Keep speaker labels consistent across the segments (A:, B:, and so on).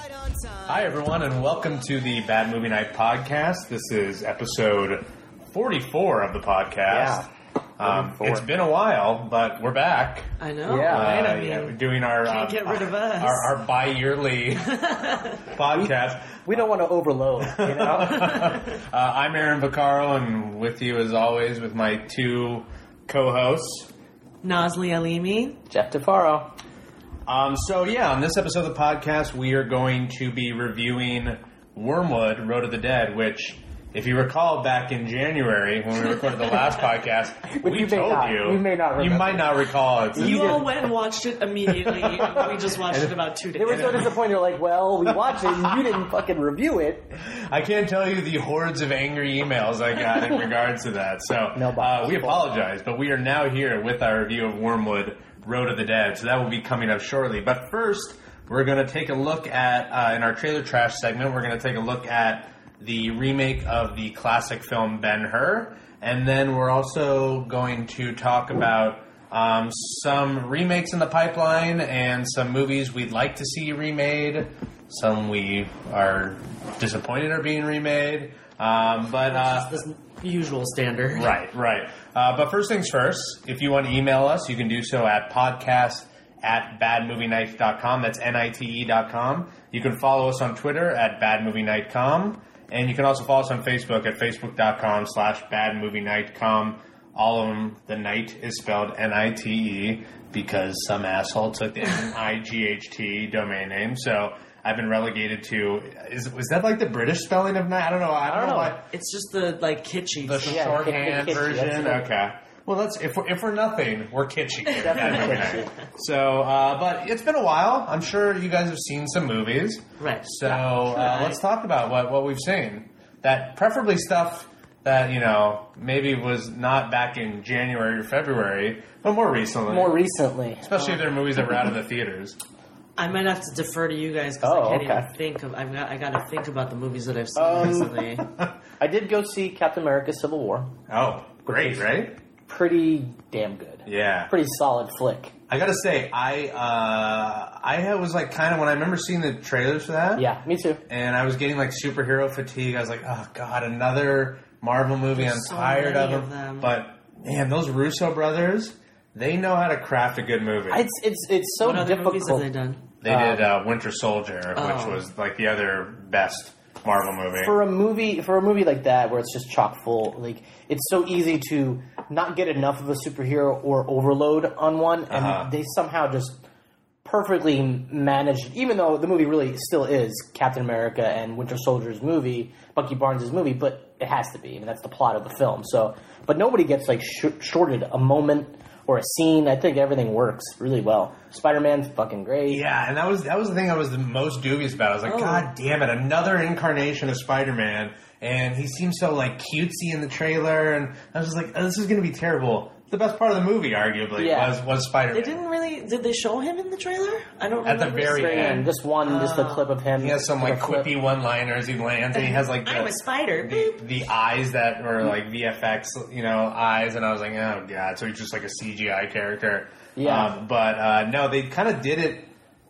A: Hi, everyone, and welcome to the Bad Movie Night podcast. This is episode 44 of the podcast. Um,
B: 44.
A: it's been a while, but we're back.
C: I know.
B: Yeah.
C: right?
A: Uh,
C: I mean,
A: yeah, we're doing our
C: can't
A: uh,
C: get rid of us.
A: our, our bi-yearly podcast.
B: We don't want to overload, you know?
A: Uh, I'm Aaron Vaccaro, and with you, as always, with my two co-hosts.
C: Nasli Alimi.
B: Jeff DeFaro.
A: Um, so yeah, on this episode of the podcast, we are going to be reviewing Wormwood: Road of the Dead, which, if you recall, back in January when we recorded the last podcast,
B: But
A: we
B: you may
A: told
B: not-
A: you
B: you may not
A: you
B: remember.
A: might not recall it.
C: You all
B: didn't-
C: went and watched it immediately. and we just watched it about two days.
B: They were so disappointed. They're like, well, we watched it and you didn't fucking review it.
A: I can't tell you the hordes of angry emails I got in regards to that. So
B: Mailbox
A: uh, we apologize, but we are now here with our review of Wormwood: Road of the Dead. So that will be coming up shortly. But first, we're going to take a look at uh, in our trailer trash segment. We're going to take a look at the remake of the classic film Ben Hur, and then we're also going to talk about. Um, some remakes in the pipeline and some movies we'd like to see remade some we are disappointed are being remade. Um, but uh,
C: It's the usual standard.
A: right, right. Uh, but first things first, if you want to email us, you can do so at podcast at badmovienight.com. That's N-I-T-E E dot com. You can follow us on Twitter at badmovienight.com. And you can also follow us on Facebook at facebook.com slash badmovienight.com. All of them, the night is spelled N-I-T-E E because some asshole took the N-I-G-H-T domain name. So I've been relegated to, is, was that like the British spelling of night? I don't know. I don't, know.
B: know.
A: why-
C: It's just the like kitschy.
A: the
C: stuff.
B: Yeah,
A: shorthand
B: kitschy,
A: version.
B: that's right.
A: Okay. Well, that's if we're, if we're nothing, we're kitschy.
B: Definitely kitschy.
A: So, uh, but it's been a while. I'm sure you guys have seen some movies.
C: Right.
A: So uh, let's talk about what what we've seen. That preferably stuff that you know maybe was not back in January or February, but more recently.
B: More recently.
A: Especially if they're movies that were out of the theaters.
C: I might have to defer to you guys because
B: Oh,
C: I can't
B: okay.
C: even think of. I've got. I got to think about the movies that I've seen
B: Um,
C: recently.
B: I did go see Captain America Civil War.
A: Oh, great, right?
B: Pretty damn good.
A: Yeah.
B: Pretty solid flick.
A: I gotta say, I uh, I was like kind of when I remember seeing the trailers for that.
B: Yeah, me too.
A: and I was getting like superhero fatigue. I was like, oh god, another Marvel movie. I'm
C: so
A: tired
C: many
A: of them.
C: of them.
A: But man, those Russo brothers, they know how to craft a good movie.
B: It's it's it's so
C: what other movies have they
B: difficult
C: done?
A: they did uh, Winter Soldier,
C: Oh.
A: which was like the other best Marvel movie.
B: for a movie for a movie like that where it's just chock full. Like it's so easy to not get enough of a superhero or overload on one, and
A: Uh-huh.
B: they somehow just perfectly managed. Even though the movie really still is Captain America and Winter Soldier's movie, Bucky Barnes' movie, but it has to be. I mean, that's the plot of the film. So, but nobody gets like sh- shorted a moment or a scene. I think everything works really well. Spider Man's fucking great.
A: yeah, and that was that was the thing I was the most dubious about. I was like,
C: Oh.
A: God damn it, another incarnation of Spider Man, and he seemed so like cutesy in the trailer, and I was just like, oh, this is gonna be terrible. The best part of the movie, arguably,
B: Yeah.
A: was was Spider Man.
C: They didn't really. Did they show him in the trailer? I don't.
A: At the
C: remember
A: very
C: seeing-
A: end.
B: And just one, just a clip of him.
A: He has some
B: a
A: like
B: clip.
A: quippy one liners he lands, and he has like
C: I'm a
A: the,
C: spider.
A: the, the eyes that were like VFX, you know, eyes, and I was like, oh god, so he's just like a CGI character.
B: Yeah.
A: Um, but uh, no, they kind of did it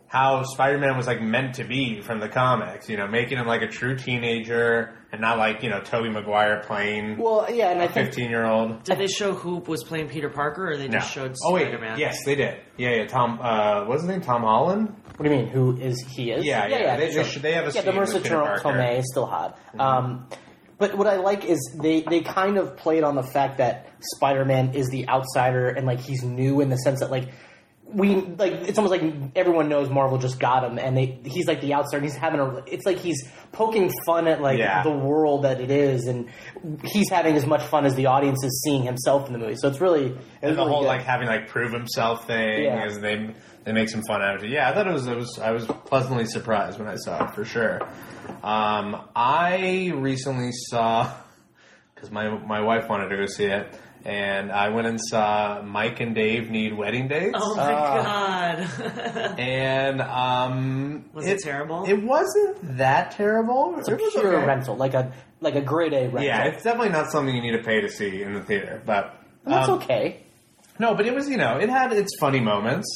A: how Spider-Man was like meant to be from the comics, you know, making him like a true teenager and not like you know Tobey Maguire playing
B: Well, yeah, and I think
A: fifteen-year-old.
C: Did they show who was playing Peter Parker, or they
A: No.
C: just showed
A: oh wait,
C: Spider-Man?
A: yes, they did. Yeah, yeah. Tom, uh, what's his name? Tom Holland.
B: What do you mean? Who is he? Is
A: Yeah, yeah, they-
B: sure.
A: they should- they have a
B: yeah. The
A: scene with
B: Marissa
A: Peter
B: Tome
A: Parker. Mm-hmm.
B: Tomei is still hot. Um, but what I like is they they kind of played on the fact that Spider Man is the outsider and like he's new in the sense that like we like it's almost like everyone knows Marvel just got him and they he's like the outsider. and He's having a it's like he's poking fun at like
A: Yeah.
B: the world that it is and he's having as much fun as the audience is seeing himself in the movie. So it's really it's
A: And the
B: really
A: whole
B: good.
A: like having like prove himself thing
B: Yeah.
A: is they they make some fun out of it. Yeah, I thought it was, it was I was pleasantly surprised when I saw it for sure. Um, I recently saw because my my wife wanted to go see it, and I went and saw Mike and Dave need wedding dates.
C: Oh my
B: Ah.
C: god.
A: And um,
C: Was it terrible?
A: It wasn't that terrible. It's
B: a pure rental, like a like a grade A rental.
A: Yeah, it's definitely not something you need to pay to see in the theater, but
B: And that's
A: um,
B: okay.
A: No, but it was you know it had its funny moments.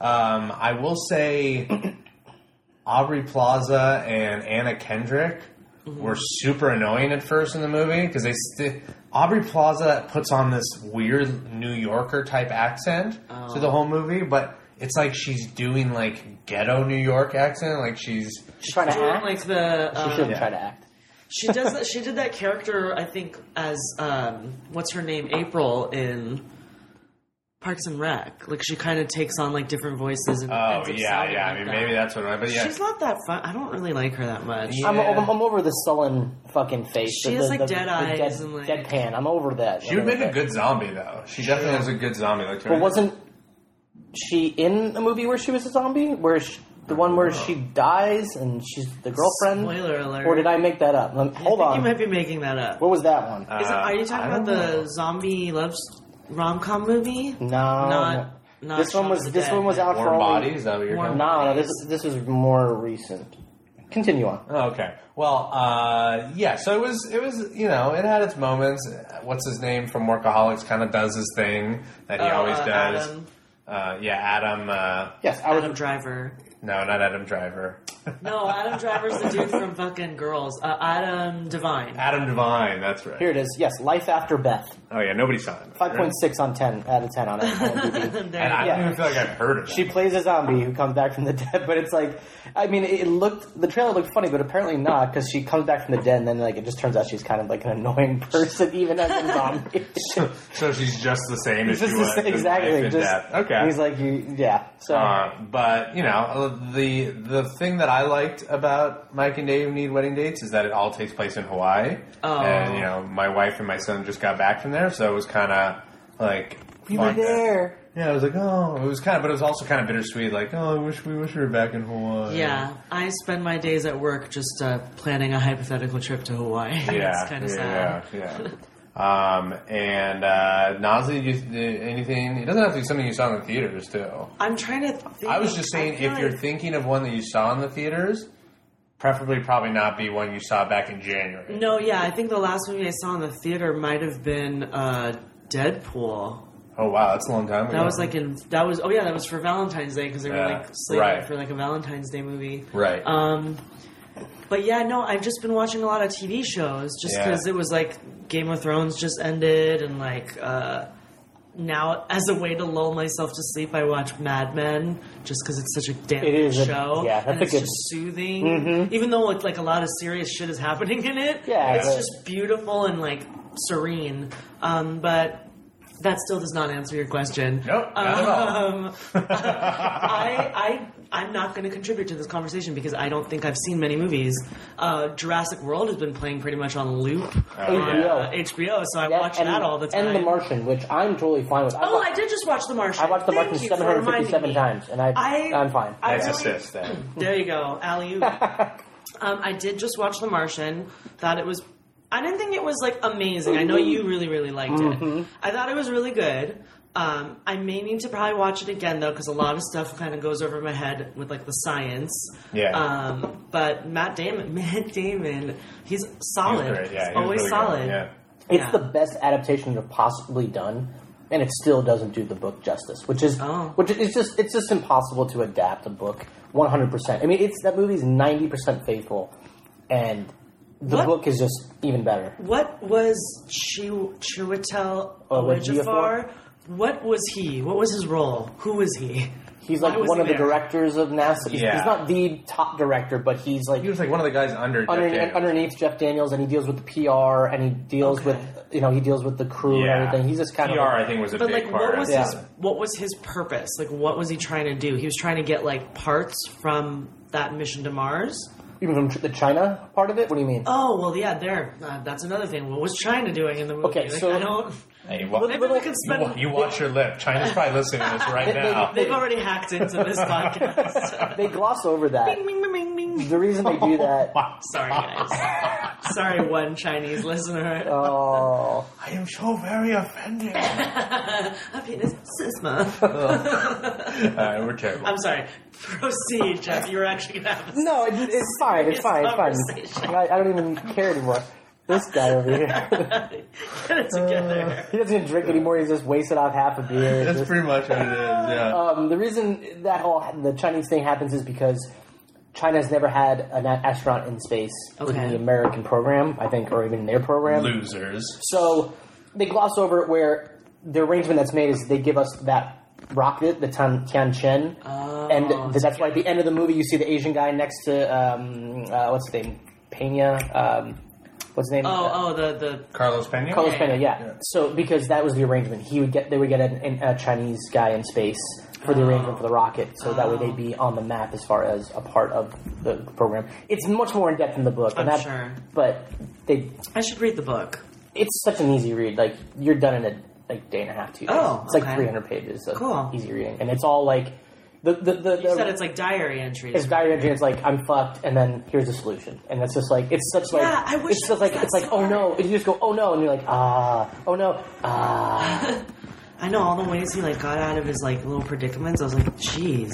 A: Um, I will say, Aubrey Plaza and Anna Kendrick
C: Mm-hmm.
A: were super annoying at first in the movie because they sti Aubrey Plaza puts on this weird New Yorker type accent to
C: Oh.
A: the whole movie, but it's like she's doing like ghetto New York accent, like she's
B: She's trying to
C: Doing,
B: act.
C: like the
B: she
C: uh,
B: shouldn't
A: yeah.
B: try to act.
C: she does that. She did that character, I think, as um, what's her name, April in Parks and Rec. Like she kind of takes on like different voices. And
A: oh
C: ends up
A: yeah
C: sounding
A: yeah. I
C: like
A: mean
C: that.
A: maybe that's what I but yeah.
C: She's not that fun. I don't really like her that much.
A: Yeah.
B: I'm, I'm, I'm over the sullen fucking face.
C: She
B: the,
C: has,
B: the-
C: like,
B: the-
C: dead
B: the
C: eyes
B: dead-
C: and, like-
B: deadpan. I'm over that.
A: she would make a good zombie though. She definitely was a good zombie. Like
B: But wasn't she in a movie where she was a zombie? Where she, the one where she dies and she's the girlfriend?
C: Spoiler alert.
B: Or did I make that up? Let me- Hold
C: I think
B: on.
C: You might be making that up.
B: what was that
A: Uh,
B: one?
C: Is it, are you talking
A: I
C: about
A: don't
C: the
A: know.
C: zombie love s- rom com movie?
B: no,
C: Not-
B: no.
C: not
B: this one
C: Shaun
B: was
C: of the
B: this
C: Dead.
B: one was out for
A: Warm
B: only-
A: body is that what you're
C: Warm
A: talking about?
B: No, no, this this was more recent. Continue on.
A: Oh, Okay. Well, uh, yeah. So it was. It was. You know, it had its moments. Uh, What's his name from Workaholics? Kind of does his thing that he
C: Oh,
A: always
C: uh,
A: does.
C: Adam.
A: Uh, yeah, Adam. Uh,
B: Yes, I
C: Adam
B: was.
C: Driver.
A: no, not Adam Driver.
C: No, Adam Driver's the dude from fucking Girls. Uh, Adam Devine.
A: Adam Devine. That's right.
B: Here it is. Yes, Life After Beth.
A: Oh yeah, nobody saw it.
B: Five point six on ten out of ten on IMDb.
C: There
A: And I
B: Yeah.
A: don't even feel like I've heard of it.
B: She plays a zombie who comes back from the dead, but it's like, I mean, it it looked the trailer looked funny, but apparently not because she comes back from the dead, and then like it just turns out she's kind of like an annoying person, even as a zombie.
A: so she's just the same as
B: Just
A: she
B: the
A: was.
B: same-
A: in Life
B: exactly.
A: and
B: Just
A: Death. okay.
B: He's like, you, yeah. So
A: Uh, but you know the the thing that I liked about Mike and Dave Need Wedding Dates is that it all takes place in Hawaii,
C: Oh.
A: and you know my wife and my son just got back from there, so it was kind of like
B: we were
A: fun to-
B: there.
A: Yeah, I was like, oh, it was kind of, but it was also kind of bittersweet. Like, oh, I wish we wish we were back in Hawaii.
C: Yeah, I spend my days at work just uh, planning a hypothetical trip to Hawaii.
A: yeah,
C: it's kind of
A: yeah,
C: sad.
A: yeah. yeah. um, and uh, Nazi, you, did anything? It doesn't have to be something you saw in the theaters too.
C: I'm trying to. Think,
A: I was just saying,
C: feel
A: if you're
C: like-
A: thinking of one that you saw in the theaters, preferably probably not be one you saw back in January.
C: no, yeah, I think the last movie I saw in the theater might have been uh, Deadpool.
A: Oh wow, that's a long time ago.
C: That was like in that was oh yeah that was for Valentine's Day because they were
A: Yeah,
C: like slated
A: right.
C: for like a Valentine's Day movie.
A: right.
C: Um, but yeah, no, I've just been watching a lot of TV shows just
A: Yeah.
C: because it was like Game of Thrones just ended and like uh, now as a way to lull myself to sleep, I watch Mad Men just because it's such a damn
B: It is a-
C: show.
B: yeah, that's
C: and
B: a
C: it's
B: good- Mm-hmm.
C: just soothing, even though it's like a lot of serious shit is happening in it.
B: Yeah,
C: it's
B: but-
C: just beautiful and like serene. Um, but that still does not answer your question.
A: Nope, not at all.
C: Um, I, I, I'm not going to contribute to this conversation because I don't think I've seen many movies. Uh, Jurassic World has been playing pretty much on loop on uh, HBO, so I watch that all the time.
B: And The Martian, which I'm totally fine with. I
C: Oh,
B: wa-
C: I did just watch The Martian.
B: I watched The
C: Thank
B: Martian
C: you for
B: 757
C: reminding me.
B: times, and I,
C: I-
B: am fine.
C: I
A: Nice
C: really-
A: assist then.
C: There you go, alley oop. um, I did just watch The Martian. Thought it was. I didn't think it was like amazing. I know you really, really liked
A: Mm-hmm.
C: it. I thought it was really good. Um, I may need to probably watch it again though, because a lot of stuff kind of goes over my head with like the science.
A: Yeah.
C: Um, but Matt Damon, Matt Damon, he's solid.
A: He was great, yeah,
C: He's
A: he was
C: always
A: really good,
C: solid.
A: yeah.
B: It's
C: Yeah.
B: the best adaptation they've possibly done, and it still doesn't do the book justice. Which is
C: Oh.
B: which is it's just it's just impossible to adapt a book one hundred percent. I mean, it's that movie's ninety percent faithful, and the
C: What?
B: book is just even better.
C: What was Chiw- Chiwetel
B: Oh, what,
C: Ejiofor? What was he? What was his role? Who was he?
B: He's
C: Why
B: like
C: was
B: one
C: he
B: of the
C: there?
B: directors of NASA. He's,
A: Yeah.
B: he's not the top director, but he's like
A: He was like one of the guys under. Jeff
B: under,
A: Daniels.
B: underneath Jeff Daniels, and he deals with the PR, and he deals
C: Okay.
B: with you know he deals with the crew
A: yeah.
B: and everything. He's just kind
A: PR,
B: of
A: I think was a
C: But
A: big
C: like,
A: part.
C: what was
A: of it.
C: his what was his purpose? Like, what was he trying to do? He was trying to get like parts from that mission to Mars.
B: even from Ch- the China part of it. What do you mean?
C: Oh well, yeah, there. Uh, that's another thing. What was China doing in the movie?
B: Okay,
C: Like,
B: so-
C: I don't.
A: Hey, wa-
C: Maybe we could
A: you, wa-
C: spend.
A: you watch your lip. China's probably listening to this right now.
C: They've already hacked into this podcast.
B: They gloss over that.
C: Bing, bing, bing, bing, bing.
B: The reason they do that.
A: Wow.
C: Sorry, guys. Sorry, one Chinese listener.
B: Oh,
A: I am so very offended.
C: A penis sisma.
B: Oh.
A: All right, we're terrible.
C: I'm sorry. Proceed, Jeff. You were actually gonna have a
B: No, it, it's fine. It's fine. It's
C: conversation.
B: fine. I, I don't even care anymore. This guy over here,
C: get it together.
B: he doesn't even drink anymore. He's just wasted off half a beer.
A: That's
B: Just-
A: pretty much what it is. Yeah.
B: um, the reason that whole the Chinese thing happens is because China's never had an a- astronaut in space in
C: Okay.
B: the American program, I think, or even their program.
A: Losers.
B: So they gloss over it where the arrangement that's made is they give us that rocket, the Tan Tianchen,
C: Oh.
B: and th- that's why at the end of the movie you see the Asian guy next to um, uh, what's his name, Pena. Um, what's his name?
C: Oh,
B: Uh,
C: oh, the the
A: Carlos Pena.
B: Carlos
C: yeah,
B: Pena, yeah. So because that was the arrangement, he would get they would get an, an, a Chinese guy in space for the arrangement for the rocket, so that way they'd be
C: Oh.
B: on the map as far as a part of the program. It's much more in depth in the book, and
C: I'm
B: that,
C: sure.
B: but they
C: I should read the book.
B: it's such an easy read. Like you're done in a like day and a half, two days.
C: Oh,
B: it's like
C: okay.
B: 300 pages. Of
C: Cool.
B: easy reading, and it's all like the the the.
C: You
B: the-
C: said it's like diary entries.
B: it's diary entry. It's like I'm fucked, and then here's the solution, and that's just like it's such like
C: Yeah, I wish
B: it's
C: that
B: just like
C: was
B: it's
C: that
B: like oh no, and you just go oh no, and you're like ah oh no ah.
C: I know all the ways he like got out of his like little predicaments. I was like, jeez,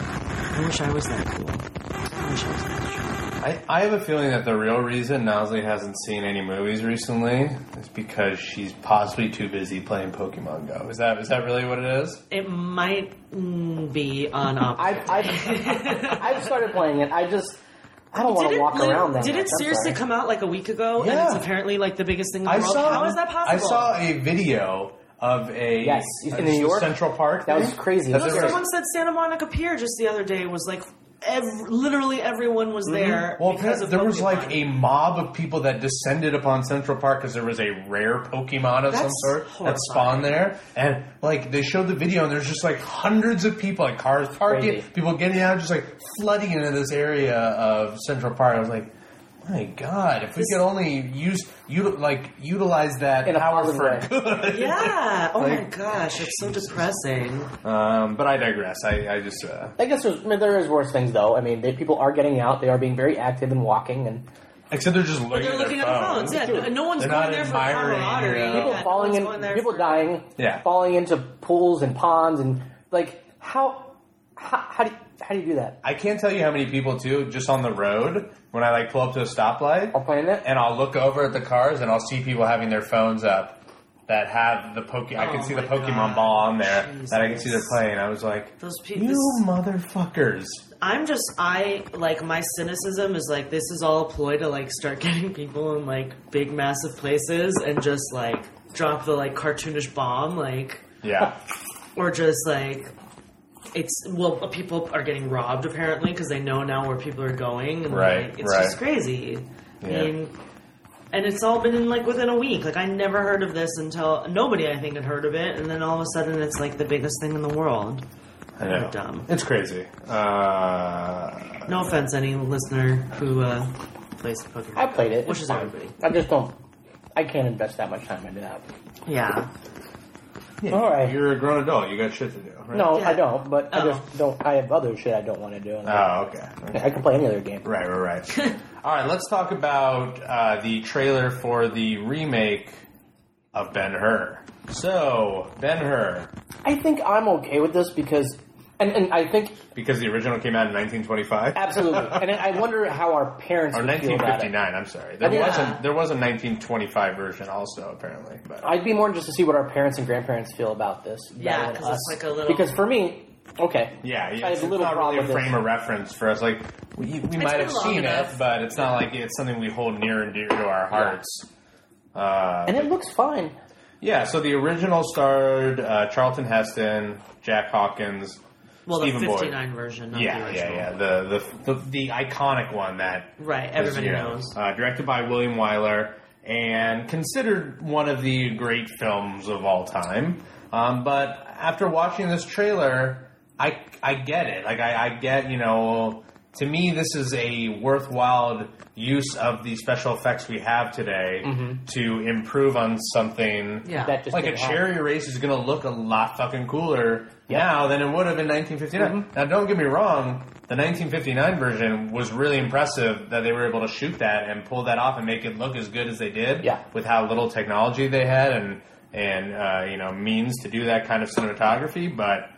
C: I wish I was that cool. I wish I was that strong.
A: I, I have a feeling that the real reason Nosley hasn't seen any movies recently is because she's possibly too busy playing Pokemon Go. Is that is that really what it is?
C: It might mm, be on off.
B: I've, I've, I've started playing it. I just I don't want to walk
C: lit-
B: around that.
C: Did
B: much.
C: it
B: I'm
C: seriously
B: sorry.
C: come out like a week ago? And
A: Yeah.
C: it's apparently like the biggest thing in the
A: I
C: world.
A: saw.
C: How is that possible?
A: I saw a video of a
B: Yes, in
A: a
B: New York.
A: Central Park.
B: That was
A: thing.
B: crazy.
A: That
B: No,
A: there was-
C: Oh, Someone said Santa Monica Pier just the other day was like, ev- literally everyone was there.
A: Mm-hmm. Well,
C: because of
A: there was
C: Pokemon.
A: like a mob of people that descended upon Central Park because there was a rare Pokemon of some
C: That's
A: sort that spawned there, and like they showed the video, and there's just like hundreds of people, like cars parking,
B: Crazy.
A: people getting out, just like flooding into this area of Central Park. I was like. My God! If we could only use you like utilize that
B: In a
A: power
B: positive
A: for
B: way.
A: good.
C: Yeah. Oh my
A: Like-
C: gosh, it's so depressing.
A: Um, but I digress. I, I just uh,
B: I guess there's, I mean, there is worse things though. I mean, they, people are getting out. They are being very active and walking, and
A: except they're just looking,
C: They're looking
A: at
C: at
A: their
C: the phones. Yeah, no, no one's
A: They're not
C: going there for
A: admiring,
C: camaraderie.
A: you know.
C: Oh, Yeah,
B: people
C: no
B: falling
C: one's
B: in,
C: going there
B: people
C: for-
B: dying,
A: Yeah.
B: falling into pools and ponds, and like how how how do you, how do you do that?
A: I can't tell you how many people too, just on the road, when I like pull up to a stoplight,
B: I'll play in it.
A: and I'll look over at the cars and I'll see people having their phones up that have the poke. I can
C: Oh
A: see the
C: my
A: Pokemon
C: God.
A: ball on there that I can
C: Jesus.
A: see they're playing. I was like,
C: Those people.
A: you motherfuckers!
C: I'm just I like my cynicism is like this is all a ploy to like start getting people in like big massive places and just like drop the like cartoonish bomb like
A: Yeah,
C: or just like it's well people are getting robbed apparently because they know now where people are going and
A: Right,
C: like, it's
A: right.
C: just crazy. I
A: Yeah.
C: mean, and it's all been in like within a week. Like I never heard of this until nobody I think had heard of it, and then all of a sudden it's like the biggest thing in the world.
A: I know.
C: Dumb.
A: It's crazy. Uh,
C: No offense, any listener who uh, plays Pokemon.
B: I played it.
C: Which is
B: It's fine.
C: everybody.
B: I just don't. I can't invest that much time into that.
C: Yeah.
A: yeah,
B: All right.
A: You're a grown adult. You got shit to do. Right?
B: No,
C: Yeah.
B: I don't. But I
C: Oh.
B: just don't. I have other shit I don't want to do. and
A: Oh, okay. okay.
B: I can play any other game.
A: Right, right, right. All right, let's talk about uh, the trailer for the remake of Ben Hur. So, Ben Hur,
B: I think I'm okay with this because, and, and I think
A: because the original came out in 1925.
B: absolutely, and I wonder how our parents
A: Or
B: would feel about it.
A: 1959. I'm sorry. There
B: Yeah.
A: was a there was a 1925 version also apparently, but
B: I'd be more interested to see what our parents and grandparents feel about this. rather
C: Yeah,
B: than
C: 'cause it's
B: us.
C: like a little-
B: Because for me, okay,
A: yeah, yeah
B: I have
A: it's
B: a little
A: not
B: problem
A: really a
B: with
A: frame
B: this.
A: of reference for us. Like we, we might
C: been
A: have
C: long
A: seen it,
C: enough.
A: but it's not like it's something we hold near and dear to our hearts. Uh,
B: and it looks fine.
A: yeah, so the original starred uh, Charlton Heston, Jack Hawkins,
C: Well,
A: Stephen
C: the
A: Boyd.
C: 59 version, not the
A: Yeah, yeah,
C: original.
A: yeah. The, the the the iconic one that
C: Right, everybody
A: you know,
C: knows.
A: Uh, directed by William Wyler and considered one of the great films of all time. Um, but after watching this trailer, I I get it. Like I, I get you know. To me, this is a worthwhile use of the special effects we have today to improve on something
C: Mm-hmm. Yeah.
B: That just
A: like a
B: didn't happen.
A: cherry race is going to look a lot fucking cooler now than it would have in 1959.
B: Mm-hmm.
A: Now, don't get me wrong, the 1959 version was really impressive that they were able to shoot that and pull that off and make it look as good as they did
B: Yeah.
A: with how little technology they had and and uh, you know means to do that kind of cinematography. But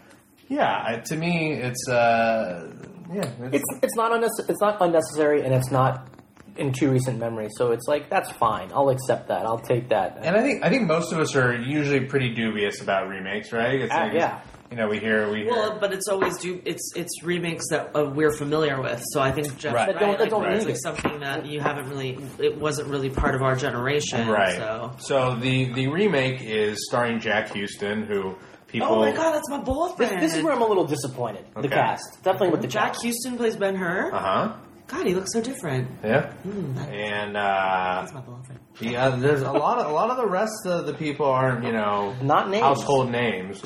A: yeah, I- to me, it's uh, yeah,
B: It's it's not unnecessary. It's not unnecessary, and it's not in too recent memory. So it's like that's fine. I'll accept that. I'll take that.
A: And I think I think most of us are usually pretty dubious about remakes, right? It's
B: Ah, yeah.
A: you know, we hear we hear.
C: Well, but it's always do it's it's remakes that uh, we're familiar with. So I think Jeff's
A: Right.
C: right.
A: But
B: don't-
C: like,
B: don't
C: it's
B: need
C: like
B: it.
C: something that you haven't really. It wasn't really part of our generation.
A: right.
C: So.
A: the the remake is starring Jack Houston, who people.
C: Oh my god, that's my boyfriend.
B: This is where I'm a little disappointed.
A: Okay.
B: The cast, definitely with the
C: Jack
B: cast.
C: Houston plays Ben Hur.
A: Uh huh.
C: God, he looks so different.
A: Yeah.
C: Mm, that-
A: And uh,
C: that's my boyfriend.
A: the other, there's a lot of a lot of the rest of the people aren't you know
B: Not names.
A: household names.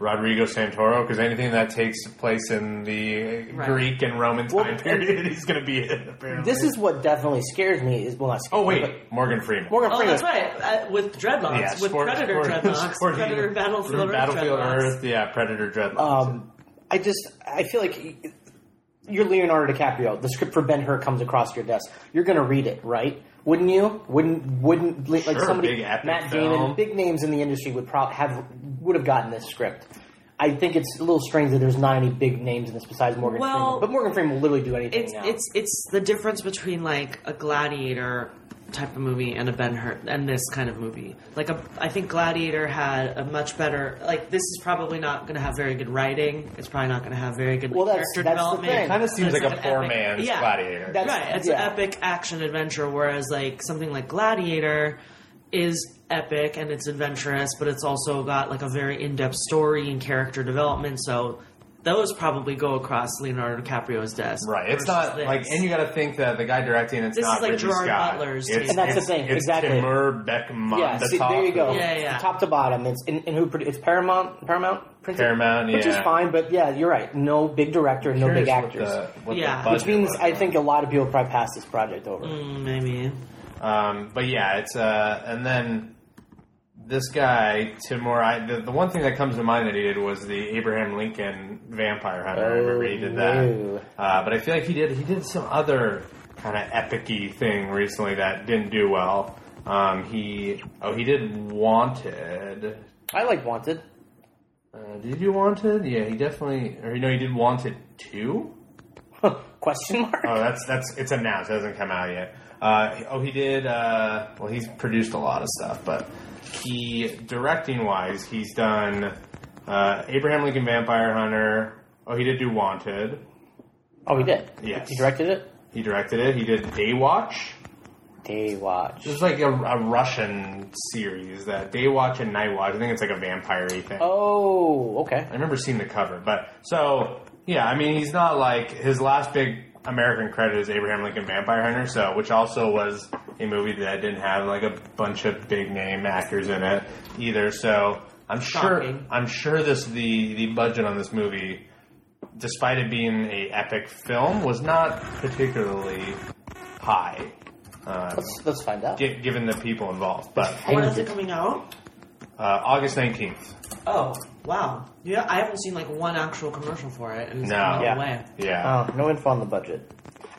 A: Rodrigo Santoro, because anything that takes place in the uh,
C: Right.
A: Greek and Roman time
B: Well,
A: period, he's going to be in. Apparently.
B: This is what definitely scares me. Is well, not scares
A: Oh wait,
B: me, but
A: Morgan Freeman.
B: Morgan
C: Oh,
B: Freeman.
C: that's right. Uh, with dreadlocks,
A: yeah,
C: with
A: Sport-
C: predator
A: Sport-
C: dreadlocks,
A: Sport-
C: predator battlefield, Earth
A: Battlefield
C: dreadlocks. Uh,
A: Earth, yeah, Predator dreadlocks.
B: Um, I just I feel like you're Leonardo DiCaprio. The script for Ben Hur comes across your desk. You're going to read it, right? Wouldn't you? Wouldn't wouldn't like
A: Sure,
B: somebody
A: big epic
B: Matt
A: film.
B: Damon, big names in the industry would probably have would have gotten this script. I think it's a little strange that there's not any big names in this besides Morgan
C: Well-
B: Freeman. But Morgan Freeman will literally do anything
C: It's
B: now.
C: it's it's the difference between like a gladiator type of movie and a Ben Hur and this kind of movie. Like a, I think Gladiator had a much better. Like this is probably not going to have very good writing. It's probably not going to have very good like,
B: Well, that's-
C: character
B: that's the
C: development.
B: thing.
A: it kind of seems
C: But
A: like
C: it's
A: a
C: an
A: poor
C: epic-
A: man's
C: yeah.
A: Gladiator.
B: That's-
C: right, it's
B: yeah.
C: an epic action adventure, whereas like something like Gladiator is epic and it's adventurous, but it's also got like a very in-depth story and character development. So those probably go across Leonardo DiCaprio's desk.
A: right. It's
C: versus
A: not
C: this.
A: like, and you got to think that the guy directing it's
C: This
A: not
C: is like
A: Ridley
C: Gerard
A: Scott.
C: Butler's
A: It's,
C: taste. And
B: that's the
A: it's-
B: thing,
A: It's
B: exactly.
A: Timur Beckman.
B: yeah, see, there you go.
C: Yeah, yeah.
B: Top to bottom. It's and, and who produ- it's Paramount Paramount Principal?
A: Paramount,
B: Which is
A: yeah.
B: fine, but yeah, you're right. No big director, no big actors.
C: Yeah.
B: Which means I think a lot of people probably passed this project over.
C: Mm, maybe.
A: Um, but yeah, it's uh, and then this guy Timur. I, the, the one thing that comes to mind that he did was the Abraham Lincoln Vampire Hunter. I remember he did that.
B: no.
A: Uh, but I feel like he did he did some other kind of epicy thing recently that didn't do well. Um, he oh he did Wanted.
B: I like Wanted.
A: Uh, did he do Wanted? Yeah, he definitely. Or no, he did Wanted Two.
B: Question mark.
A: Oh, that's that's it's announced. It hasn't come out yet. Uh, oh, he did. Uh, well, he's produced a lot of stuff, but he directing wise, he's done uh, Abraham Lincoln Vampire Hunter. Oh, he did do Wanted.
B: Oh, he did.
A: Yes.
B: He directed it.
A: He directed it. He did Daywatch.
B: Day Watch.
A: There's like a, a Russian series that Daywatch and Nightwatch. I think it's like a vampire thing.
B: Oh, okay.
A: I remember seeing the cover, but so yeah, I mean, he's not like his last big American credit is Abraham Lincoln Vampire Hunter, so which also was a movie that didn't have like a bunch of big name actors in it either. So I'm sure
C: Shocking.
A: I'm sure this the the budget on this movie, despite it being a epic film, was not particularly high, uh,
B: Let's let's find out.
A: gi- given the people involved. But
B: I
C: When
B: need
C: is
B: to-
C: it coming out?
A: uh, August nineteenth.
C: Oh, wow. Yeah, I haven't seen like one actual commercial for it, and it's
A: No.
C: coming yeah.
B: Yeah.
C: away.
A: Yeah.
B: Oh, no info on the budget.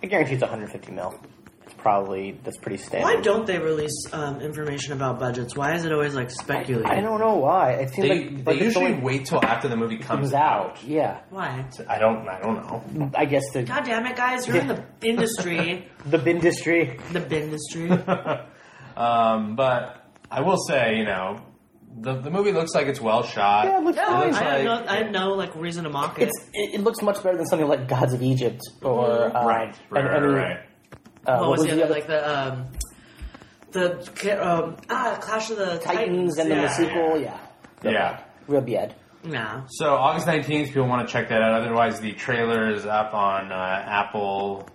B: I guarantee it's 150 mil. It's probably that's pretty standard.
C: Why don't they release um, information about budgets? Why is it always like speculated?
B: I don't know why. It seems
A: They,
B: like
A: they
B: budget's
A: usually
B: only
A: wait till after the movie comes
B: comes
A: out.
B: out. Yeah,
C: Why?
A: I don't. I don't know.
B: I guess the
C: God damn it, guys! You're in the industry,
B: the industry.
C: the industry.
A: Um, but I will say, you know, the the movie looks like it's well shot.
B: Yeah, it looks
C: No,
B: fine.
C: I
A: looks
C: have
A: like-
C: no, I have no like reason to mock it.
B: It's, it, it looks much better than something like Gods of Egypt or uh,
A: right, right,
B: and-
A: right,
B: and,
A: right.
B: uh,
C: Mm-hmm. what, was, the, other, like the um, the ki- um, ah Clash of the
B: Titans, and then the
C: yeah.
B: sequel. Yeah,
A: Yeah.
B: real bad.
C: Nah.
A: So August nineteenth, people want to check that out. Otherwise, the trailer is up on uh, Apple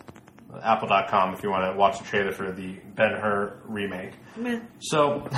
A: Apple.com if you want to watch the trailer for the Ben Hur remake.
C: Meh.
A: So,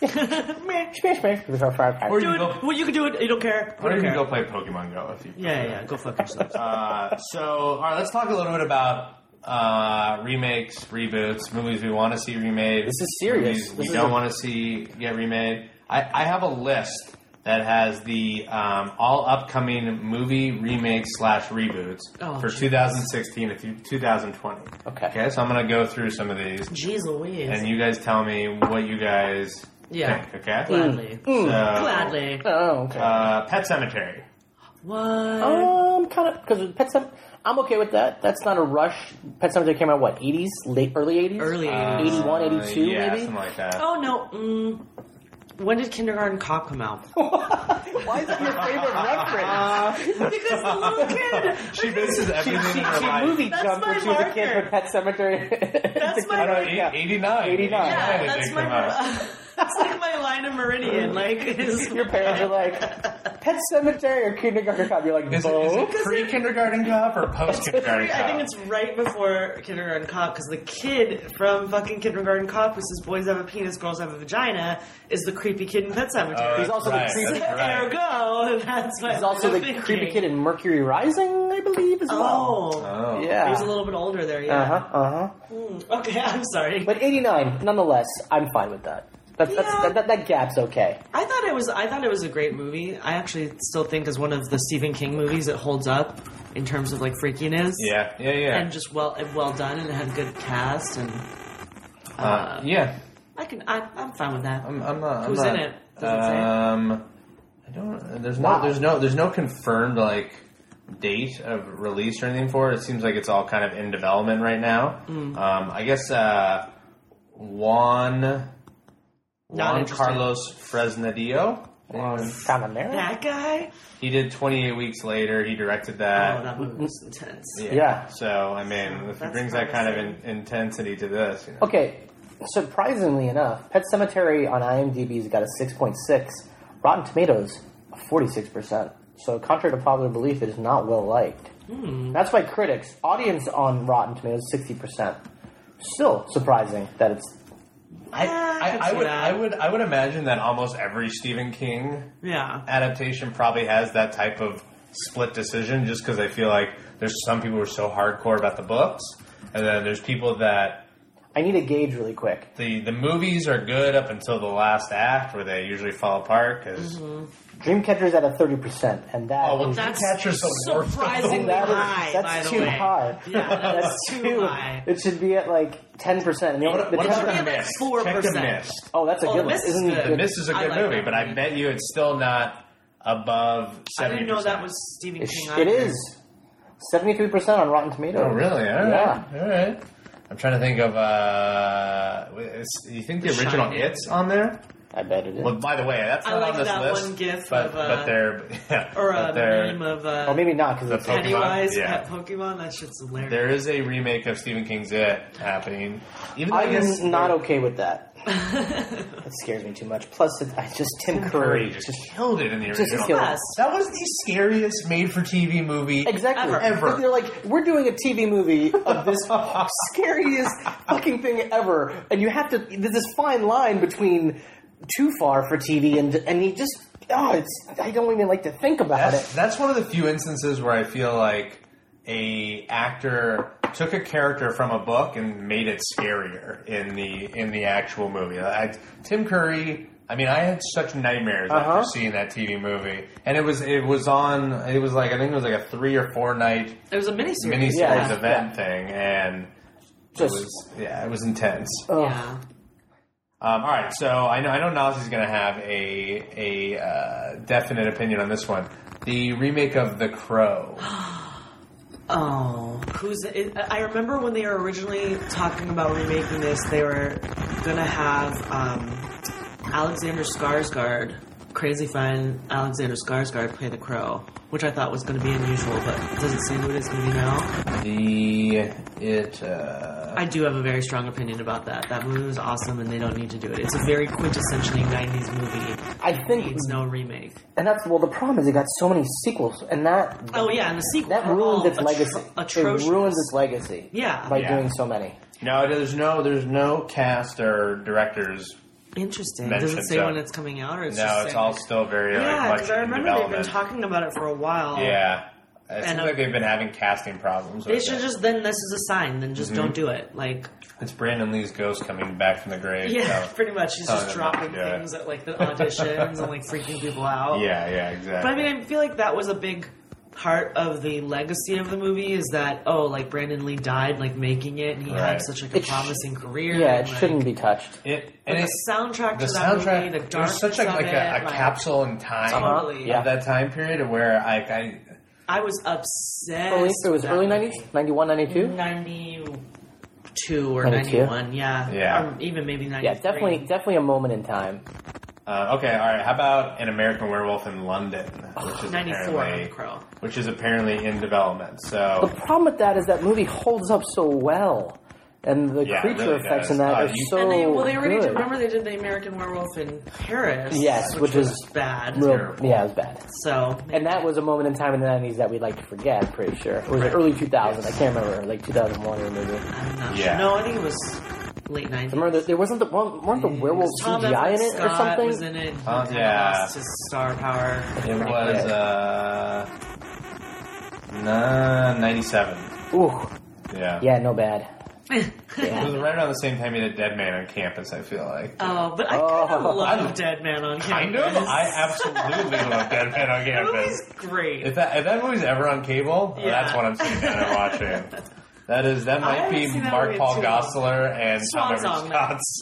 C: Meh.
B: Smash, smash, with our fire
A: or you
C: Do
A: can
C: it.
A: go,
C: Well, you can do it. You don't care.
A: or you
C: don't care.
A: can go play Pokemon Go if you.
C: Yeah, yeah, yeah. Go fuck yourself.
A: Uh, so, all right, let's talk a little bit about uh, remakes, reboots, movies we want to see remade.
B: This is serious.
A: Movies we
B: This is
A: don't
B: a-
A: want to see get remade. I, I have a list that has the um, all upcoming movie remakes slash reboots
C: Oh,
A: for
C: geez.
A: 2016 to th- 2020.
B: Okay.
A: Okay, so I'm gonna go through some of these,
C: Jeez Louise.
A: and you guys tell me what you guys
C: Yeah.
A: think.
B: Mm.
A: Okay.
C: Gladly.
A: So,
C: Gladly.
B: Oh, okay.
A: Uh, Pet Cemetery.
C: What?
B: um, kind of because Pet Sem- I'm okay with that. That's not a rush. Pet Cemetery came out what 80s, late early 80s,
C: Early 80s.
A: Uh,
B: eighty one, eighty two,
A: yeah,
B: maybe. Oh,
A: something like that.
C: oh no. Oh, Mm, When did Kindergarten Cop come out?
B: Why is that your favorite reference?
C: because the little kid.
A: She bases
B: Uh, she
A: everything
B: she,
A: in her
B: she
A: life.
B: movie
C: That's
B: jumped
C: my
B: when she was a kid
C: marker.
B: from Pet Cemetery.
C: That's my
A: I don't know,
C: marker.
A: eight- 89.
B: 89.
A: I
C: Yeah,
A: think
C: that's
A: they
C: my.
A: come out.
C: that's like my line of Meridian. Like is
B: Your parents are like, Pet Cemetery or Kindergarten Cop? You're like,
A: Is it,
B: both.
A: is it pre-kindergarten cop or post-kindergarten cop?
C: I think it's right before Kindergarten Cop because the kid from fucking Kindergarten Cop who says boys have a penis, girls have a vagina is the creepy kid in Pet Cemetery.
B: He's also the
A: Right,
B: creepy-
A: that's right.
C: Ergo, that's my
B: He's also the creepy kid in Mercury Rising, I believe, as well.
C: Oh,
A: Oh.
B: Yeah.
C: he was a little bit older there.
B: Uh huh.
C: Yeah.
B: Uh huh.
C: Mm, Okay, I'm sorry.
B: But 89, nonetheless, I'm fine with that. That's, that's,
C: Yeah.
B: that, that, that gap's okay.
C: I thought it was. I thought it was a great movie. I actually still think as one of the Stephen King movies, it holds up in terms of like freakiness.
A: Yeah, yeah, yeah.
C: And just well, and well done, and it had a good cast, and
A: Uh, yeah,
C: I can, I, I'm fine with that.
A: I'm, I'm not. I'm
C: Who's
A: not,
C: in it? Does it say?
A: um, I don't. There's
B: Wow.
A: no. There's no. There's no confirmed like date of release or anything for it. It seems like it's all kind of in development right now.
C: Mm.
A: Um, I guess uh, Juan Juan
C: interested.
A: Carlos Fresnadillo. Juan-
B: Down in there?
C: That guy.
A: He did 28 weeks later. He directed
C: Oh,
A: that.
C: that movie was intense.
B: Yeah.
A: So I mean,
C: So
A: if
C: that's
A: it brings that kind of in,
C: promising.
A: intensity to this, you know.
B: Okay, surprisingly enough, Pet Cemetery on IMDb's got a 6.6, Rotten Tomatoes, 46%. So, contrary to popular belief, it is not well liked.
A: Hmm.
B: That's by critics. Audience on Rotten Tomatoes, 60%. Still surprising that it's.
A: I,
C: Yeah, I
A: I,
C: could
A: I
C: see
A: would
C: that.
A: I would I would imagine that almost every Stephen King
C: Yeah.
A: adaptation probably has that type of split decision just because I feel like there's some people who are so hardcore about the books and then there's people that
B: I need a gauge really quick.
A: the the movies are good up until the last act where they usually fall apart because
B: Dreamcatcher's at a 30%, and that
A: oh well
C: Mm-hmm.
B: is-
C: That's
A: Dreamcatcher's the worst of them.
C: surprisingly
B: That is-
C: high.
B: that's
C: by the
B: too
C: way.
B: high.
C: Yeah, that's, too,
B: too-
C: high.
B: It should be at like 10%. And the,
A: What,
B: the
A: what
B: 10%
A: about
C: Yeah,
A: the
C: that's
A: mist? Check the
C: 4%.
A: mist.
B: oh, that's a
C: Oh,
B: good
C: The
B: one.
C: Mist is
B: Isn't
C: good.
B: it
A: The
B: good?
A: mist is a
C: I
A: good
C: like
A: movie,
C: that
A: but I
C: movie.
A: bet you it's still not above
C: I
A: seventy.
C: didn't know that was Stephen
B: It
C: King.
B: sh-
C: either.
B: it is. 73% on Rotten Tomatoes.
A: Oh, really? All right.
B: Yeah.
A: All right. I'm trying to think of. uh is- You think the
C: The
A: original
C: Shining.
A: "It's" on there?
B: I bet it is.
A: Well, by the way, that's
C: I
A: not
C: like
A: on this
C: that
A: list.
C: one gif
A: but
C: of, uh,
A: but they're yeah,
C: Or
A: but
C: a
A: they're-
C: meme of uh,
B: Or maybe not because
A: The
B: it's
A: Pokemon?
C: Pennywise
A: Yeah.
C: pet Pokemon. That shit's hilarious.
A: there is a remake of Stephen King's "It" happening. Even though I guess
B: I'm not okay with that. that scares me too much. Plus, it, I just Tim Curry.
A: Curry just
B: Just,
A: killed it in the
B: just
A: original.
B: killed
C: Yes.
A: that was the scariest made-for-TV movie.
B: exactly.
C: Ever.
A: Ever.
B: They're like, we're doing a TV movie of this scariest fucking thing ever, and you have to. There's this fine line between too far for TV and and you just. Oh, it's. I don't even like to think about
A: That's,
B: it.
A: that's one of the few instances where I feel like a actor took a character from a book and made it scarier in the in the actual movie. I, Tim Curry. I mean, I had such nightmares
B: Uh-huh.
A: after seeing that TV movie, and it was it was on. It was like I think it was like a three or four night
C: It was a miniseries.
A: miniseries
B: Yeah.
A: event thing, and
B: Just.
A: it was yeah, it was intense.
B: ugh.
C: Yeah.
A: Um, all right, so I know I know Nazi's going to have a a uh, definite opinion on this one. The remake of The Crow.
C: Oh, who's? It, I remember when they were originally talking about remaking this, they were gonna have um, Alexander Skarsgård, crazy fine Alexander Skarsgård, play the crow, which I thought was gonna be unusual, but it doesn't seem what it's gonna be now.
A: The it uh,
C: I do have a very strong opinion about that. That movie was awesome, and they don't need to do it. It's a very quintessentially '90s movie.
B: I think,
C: Needs no remake.
B: and that's well. The problem is it got so many sequels, and that
C: Oh yeah, and the sequel
B: that
C: were all
B: ruins its
C: atro-
B: legacy.
C: Atrocious.
B: It ruins its legacy.
C: Yeah.
B: by
A: Yeah.
B: doing so many.
A: no, there's no there's no cast or directors.
C: Interesting. Does it
A: mentioned,
C: say
A: so-
C: when it's coming out, or it's
A: No,
C: just
A: it's
C: saying-
A: all still very
C: Yeah,
A: like
C: because
A: much
C: I
A: in
C: remember they've been
A: development.
C: talking about it for a while.
A: yeah, it seems
C: uh,
A: like they've been having casting problems.
C: They
A: with
C: should
A: it.
C: just then this is a sign, then just
A: Mm-hmm.
C: don't do it. Like
A: It's Brandon Lee's ghost coming back from the grave.
C: Yeah,
A: so-
C: pretty much. He's
A: Tell
C: just
A: them not to
C: dropping
A: do it.
C: things at like the auditions and like freaking people out.
A: yeah, yeah, exactly.
C: But I mean I feel like that was a big part of the legacy of the movie is that oh like Brandon Lee died like making it and he had
A: Right.
C: such like, a
B: It sh-
C: promising career.
B: Yeah, it
C: and, like,
B: shouldn't be touched.
A: it
C: but
A: and
C: the
A: it's
C: soundtrack
A: the
C: to that
A: soundtrack.
C: movie, the
A: it was
C: darkness
A: such like,
C: of
A: like
C: it,
A: a, a
C: like,
A: capsule in time
B: Uh-huh,
A: of
B: yeah.
A: that time period where I, I
C: I was obsessed.
B: Early, it
C: with
B: was
C: that
B: early
C: movie.
B: 90s, 91, 92?
C: 92 or
B: 92?
C: 91, yeah.
A: Yeah.
C: Or even maybe 93.
B: Yeah, definitely, definitely a moment in time.
A: Uh, okay, all right. How about an American Werewolf in London, which
C: Oh,
A: is
C: 94 on The
A: apparently
C: Crow.
A: which is apparently in development.
B: The
A: So
B: problem with that is that movie holds up so well, and the
A: Yeah, it
B: creature
A: really
B: effects
A: does.
B: in that
A: Uh,
B: are
A: you-
B: so
C: And they well, they already
B: good.
C: did, remember they did the American Werewolf in Paris.
B: Yes, which
C: was
B: is
C: bad.
B: Real-
A: terrible.
B: yeah, it was bad.
C: So
B: And that was a moment in time in the nineties that we'd like to forget. I'm Pretty sure, or was it early two thousand? I can't remember, like two thousand one or maybe. I
C: I'm not
A: Yeah.
C: sure. No, I think it was late nineties.
B: remember there, there wasn't the weren't weren't the
C: Mm,
B: werewolf
C: Tom
B: CGI in
C: Everett
B: it
C: Scott
B: or something.
C: was in it. He
A: Oh,
C: kinda
A: yeah.
C: lost his star power.
A: it was uh, nah, 97.
B: Ooh,
A: Yeah.
B: yeah, no bad.
A: It was
B: Yeah.
A: right around the same time you did Dead Man on Campus. I feel like.
C: Oh, but I kind
B: Oh.
C: of love Dead Man on
A: Kind
C: Campus.
A: of. I absolutely love Dead Man
C: That
A: on Campus.
C: movie's great.
A: If that if that movie's ever on cable,
C: Yeah.
A: that's what I'm sitting down and watching. That is that
C: I
A: might
C: haven't
A: be
C: seen that
A: Mark
C: movie
A: Paul
C: too.
A: Gosselaar and
C: Swan
A: Tom Everett
C: Song,
A: Scott's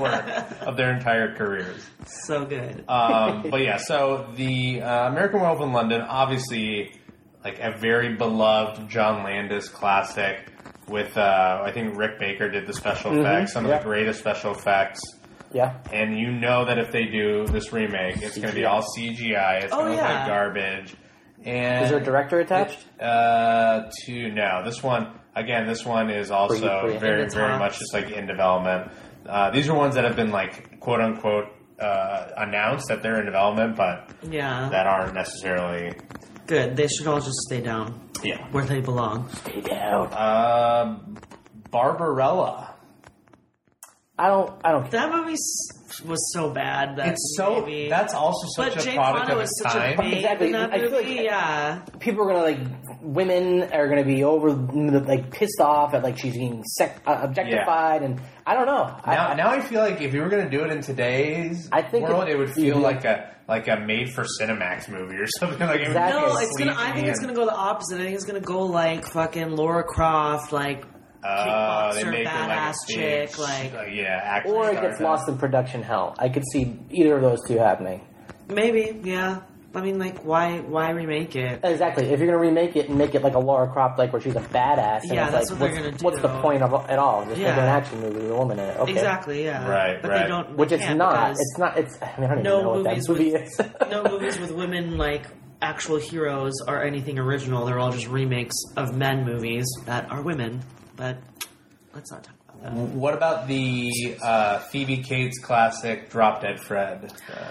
A: work of their entire careers.
C: so good.
A: Um, but yeah, so the uh, American Werewolf in London, obviously, like a very beloved John Landis classic. With uh, I think Rick Baker did the special effects, some of
B: Mm-hmm. yeah.
A: the greatest special effects.
B: Yeah.
A: And you know that if they do this remake, it's going to be all CGI. It's
C: Oh,
A: going to look
C: yeah.
A: like garbage. And
B: Is there a director attached?
A: uh, to no. This one again. This one is also
B: Pretty- pretty
A: very,
C: in the
A: very
C: talks.
A: much just like in development. Uh, these are ones that have been like quote unquote uh, announced that they're in development, but
C: yeah,
A: that aren't necessarily.
C: good. They should all just stay down
A: Yeah.
C: where they belong.
B: Stay down.
A: Uh, Barbarella.
B: I don't. I don't.
C: That movie s- was so bad. That
A: It's so.
C: movie.
A: That's also
C: but
A: such a
C: Jay
A: product
C: Fonda
A: of
C: was
A: its
C: such a
A: time.
C: babe
B: Exactly.
C: in that
B: I feel
C: movie.
B: like-
C: yeah,
B: people are gonna like women are gonna be over like pissed off at like she's being sec- uh, objectified and I don't know.
A: Now,
B: I,
A: now I feel like if you were going to do it in today's
B: I think
A: world,
B: it-
A: it, would feel
B: Mhm.
A: like a like a made for Cinemax movie or something. Like it would
B: Exactly.
A: be
C: no, it's gonna.
A: sleek
C: I think it's
A: and-
C: gonna go the opposite. I think it's gonna go like fucking Laura Croft, like
A: Uh, they
C: kickboxer,
A: make her like a
C: badass
A: big,
C: chick, like-
A: uh, yeah, action
B: or it
A: star
B: gets
A: type.
B: lost in production hell. I could see either of those two happening.
C: maybe. Yeah, I mean, like why why remake it?
B: Exactly. If you're gonna remake it and make it like a Laura Croft, like where she's a badass, and
C: Yeah, that's
B: it's
C: what
B: like, what's,
C: they're gonna do.
B: what's the point of at all? Just
C: Yeah.
B: make an action movie with a woman in it. Okay.
C: Exactly. Yeah.
A: Right,
C: But
A: right.
C: they don't. they
B: Which it's
C: can't
B: not.
C: because-
B: It's not. It's. I, mean, I don't even
C: no
B: know what that
C: movies
B: movie
C: with
B: is.
C: no movies with women like actual heroes or anything original. They're all just remakes of men movies that are women. But let's not talk about that.
A: What about the uh, Phoebe Cates classic Drop Dead Fred? Uh,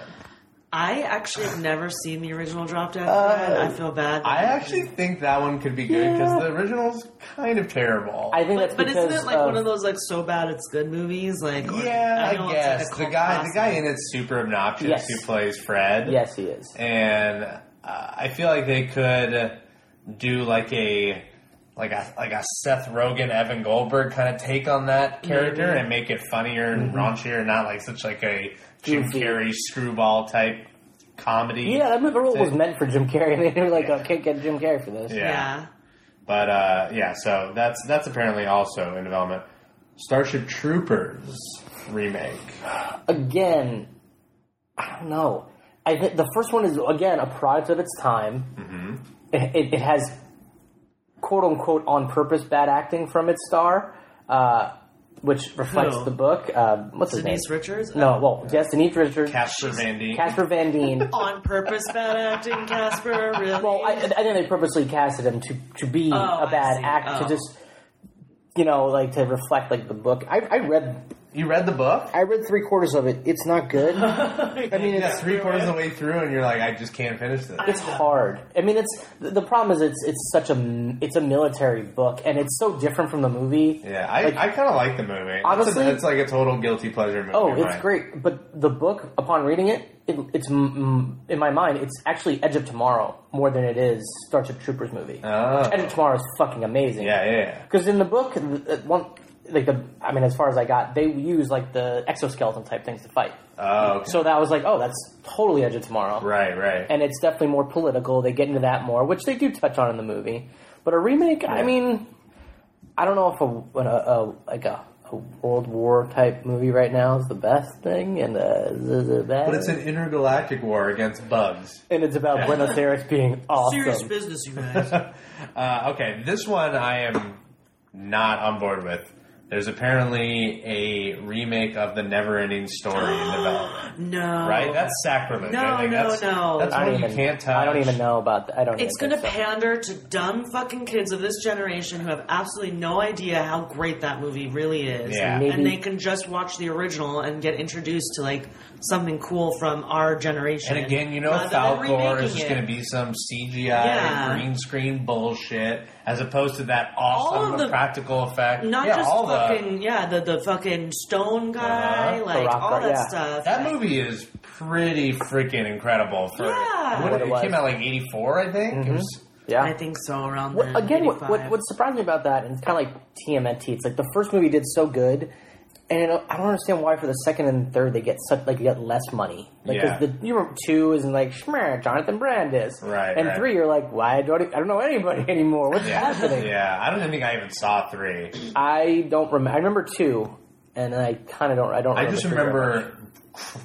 C: I actually have never seen the original Drop Dead
A: Uh,
C: Fred. I feel bad.
A: I actually think that one could be good because
B: Yeah.
A: the original's kind of terrible.
B: I think that's
C: But, but
B: because
C: isn't it like
B: of,
C: one of those like so bad it's good movies? Like or-
A: yeah,
C: know it's, like, a
A: I, guess the
C: cult
A: guy
C: classic.
A: the guy in it's super obnoxious
B: Yes.
A: who plays Fred.
B: Yes, he is.
A: and uh, I feel like they could do like a like a like a Seth Rogen, Evan Goldberg kind of take on that character
C: Maybe.
A: and make it funnier and raunchier, and not like such like a Jim
B: Goofy.
A: Carrey screwball type comedy.
B: Yeah, that movie role was
A: They-
B: meant for Jim Carrey. and They were like,
A: Yeah.
B: oh, can't get Jim Carrey for this.
A: Yeah.
C: yeah.
A: But uh, yeah, so that's that's apparently also in development. Starship Troopers remake.
B: Again, I don't know. I th- the first one is again a product of its time.
A: Mm-hmm.
B: It, it, it has quote unquote on purpose bad acting from its star, uh, which reflects
C: Who?
B: the book. Uh, what's
C: Denise
B: his name?
C: Richards.
B: No, well, yes, Denise Richards,
A: Casper Van Dien.
B: Casper Van Dien.
C: On purpose bad acting, Casper. Really?
B: Well, I, I think they purposely casted him to to be
C: Oh,
B: a bad
C: I see.
B: actor,
C: Oh.
B: to just you know, like to reflect like the book. I, I read
A: you read the book?
B: I read three quarters of it. It's not good.
C: I
B: mean,
A: Yeah,
B: it's-
A: three quarters of the way through, and you're like, I just can't finish this.
B: It's hard. I mean, it's the the problem is it's it's such a m- it's a military book, and it's so different from the movie.
A: Yeah, I,
B: Like-
A: I kind of like the movie. It's a-
B: Honestly-
A: it's, like a total guilty pleasure movie.
B: Oh,
A: of
B: it's
A: mine.
B: great, but the book, upon reading it, it it's mm, in my mind, it's actually Edge of Tomorrow more than it is Starship Troopers movie.
A: Oh,
B: Edge of Tomorrow is fucking amazing.
A: yeah, yeah, yeah.
B: Because in the book, th- th- one like the I mean, as far as I got, they use like the exoskeleton type things to fight.
A: Oh, okay.
B: So that was like, oh, that's totally Edge of Tomorrow.
A: right, right.
B: and it's definitely more political. They get into that more, which they do touch on in the movie. But a remake, I
A: Yeah.
B: mean, I don't know if a, a, a like a, a World War type movie right now is the best thing, and uh, is it bad?
A: but it's an intergalactic war against bugs.
B: and it's about Buenos Aires being
C: serious
B: awesome.
C: business, you guys.
A: Uh, okay, this one I am not on board with. There's apparently a remake of the Neverending Story in development.
C: No.
A: Right? That's sacrilege.
C: No,
A: I think
C: no,
A: that's,
C: no.
A: That's
B: I
A: one
B: don't
A: you
B: even.
A: can't touch.
B: I don't even know about. That. I don't.
C: It's
B: even
C: going to
B: think so.
C: pander to dumb fucking kids of this generation who have absolutely no idea how great that movie really is.
A: Yeah.
C: And they
B: Maybe-
C: can just watch the original and get introduced to like something cool from our generation.
A: And again, you know,
C: rather than
A: Falcor is
C: remaking
A: just
C: it.
A: going to be some CGI
C: Yeah.
A: green screen bullshit, as opposed to that
C: All
A: awesome
C: of the-
A: practical effect.
C: Not
A: yeah,
C: just
A: all
C: fucking yeah, the the fucking stone guy,
A: Uh-huh.
C: like
B: The rock
C: all
B: guy,
C: that
B: yeah.
A: the.
C: stuff.
A: That
C: Like,
A: movie is pretty freaking incredible. For
C: Yeah.
A: what,
B: What
A: it,
B: it
A: came
B: was. Mm-hmm.
A: out like '84, I think. It was,
B: Yeah.
C: I think so around
B: What-
C: then,
B: again, what,
C: 85.
B: what what surprised me about that, and it's kind of like TMNT. It's like the first movie did so good, and it, I don't understand why for the second and third they get such like you get less money. Like 'cause
A: Yeah.
B: the you remember two is in like Schmer, Jonathan Brandis,
A: Right,
B: And
A: right.
B: three, you're like, why do I, I don't know anybody anymore? What's
A: yeah,
B: happening?
A: yeah. I don't even think I even saw three.
B: I don't remember. I remember two, and I kind of don't. I don't.
A: I just
B: three very much.
A: remember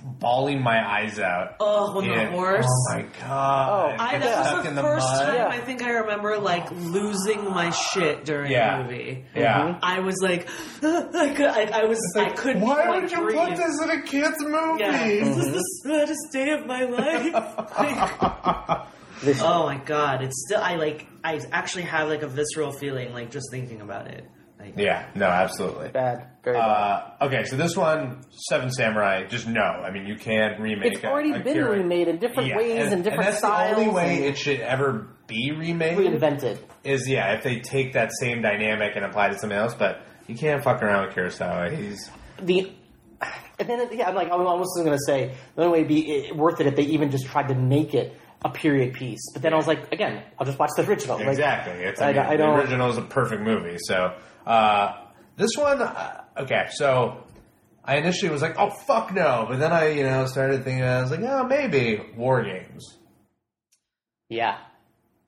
A: bawling my eyes out.
C: Ugh, when
A: Yeah.
C: Oh, the horse.
A: Oh my god!
B: Oh,
C: I,
A: Get
C: that
A: stuck
C: was
A: in
C: the first
A: mud.
C: time
B: Yeah.
C: I think I remember like losing my shit during
A: Yeah.
C: the movie.
A: Yeah.
B: Mm-hmm.
C: I was like, I, could, I, I was, I couldn't.
A: Why
C: like,
A: would you
C: breathe.
A: put this in a kids movie?
C: Yeah, this is the saddest day of my life. Like,
B: This-
C: oh my god, it's still. I like. I actually have like a visceral feeling, like just thinking about it. Like,
A: Yeah, no, absolutely.
B: bad, very bad.
A: Uh, okay, so this one, Seven Samurai, just no. I mean, you can't remake.
B: It's
A: a-
B: already
A: a
B: been
A: Kira-
B: remade in different
A: Yeah,
B: ways and, different
A: that's
B: styles.
A: the only way
B: and
A: it should ever be remade
B: reinvented.
A: is yeah, if they take that same dynamic and apply it to something else. But you can't fuck around with Kurosawa. He's
B: the and then yeah, I'm like I'm almost going to say the only way it'd be it- worth it if they even just tried to make it a period piece. But then I was like, again, I'll just watch the original. Like,
A: exactly. It's
B: I
A: I,
B: d-
A: mean,
B: I don't-
A: the original is a perfect movie. So uh, this one, uh, okay. So I initially was like, oh fuck no, but then I you know started thinking, I was like, oh maybe War Games.
B: yeah,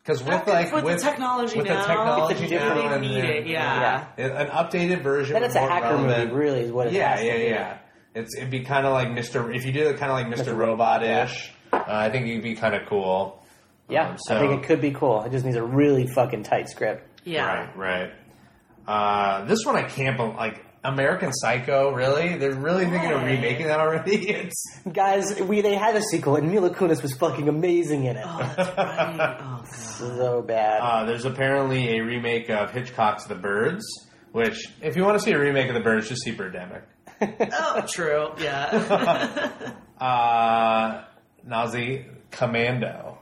A: Because with
C: With,
A: like
C: with,
A: with
C: the technology
A: with
C: now,
A: the technology
B: It's a different-
A: now
C: they
A: and
C: need
A: the-
C: it. Yeah.
A: an updated version.
B: then
A: with
B: it's a
A: more
B: hacker
A: relevant-
B: movie, really, is what it
A: Yeah,
B: has to
A: yeah,
B: be.
A: yeah. It's it'd be kind of like Mr. If you did it kind of like Mr. Robot ish, uh, I think it'd be kind of cool.
B: Yeah,
A: Um, so-
B: I think it could be cool. It just needs a really fucking tight script.
C: Yeah.
A: Right. Right. Uh, this one I can't believe. Like American Psycho, really? They're really thinking of
C: What?
A: remaking that already? It's
B: Guys, we they had a sequel, and Mila Kunis was fucking amazing in it.
C: Oh, that's right. Oh, God.
B: So bad.
A: Uh, there's apparently a remake of Hitchcock's The Birds, which if you want to see a remake of The Birds, just see Birdemic.
C: oh, true. Yeah.
A: Uh, Nazi Commando.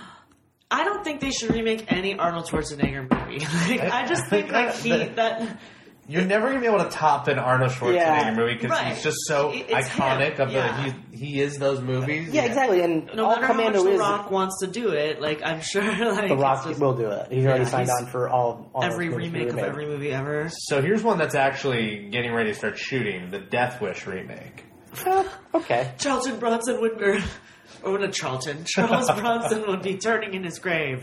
C: I don't think they should remake any Arnold Schwarzenegger movie. Like, I just think like he that
A: You're never gonna be able to top an Arnold Schwarzenegger
B: Yeah.
A: movie because
C: Right.
A: he's just so
C: It's him,
A: iconic. Of
C: yeah.
A: the he, he is those movies.
B: yeah, exactly. And
C: no
B: all
C: matter how much
B: Commando
C: The
B: is
C: Rock wants to do it, like I'm sure like
B: The
C: it's
B: Rock
C: just
B: will do it. He's already
C: Yeah,
B: signed
C: he's-
B: on for all, all
C: every
B: those movies to be
C: remake of
B: remade.
C: every movie ever.
A: So here's one that's actually getting ready to start shooting: the Death Wish remake.
B: Okay.
C: Charlton Bronson would or, or not Charlton. Charles Bronson would be turning in his grave.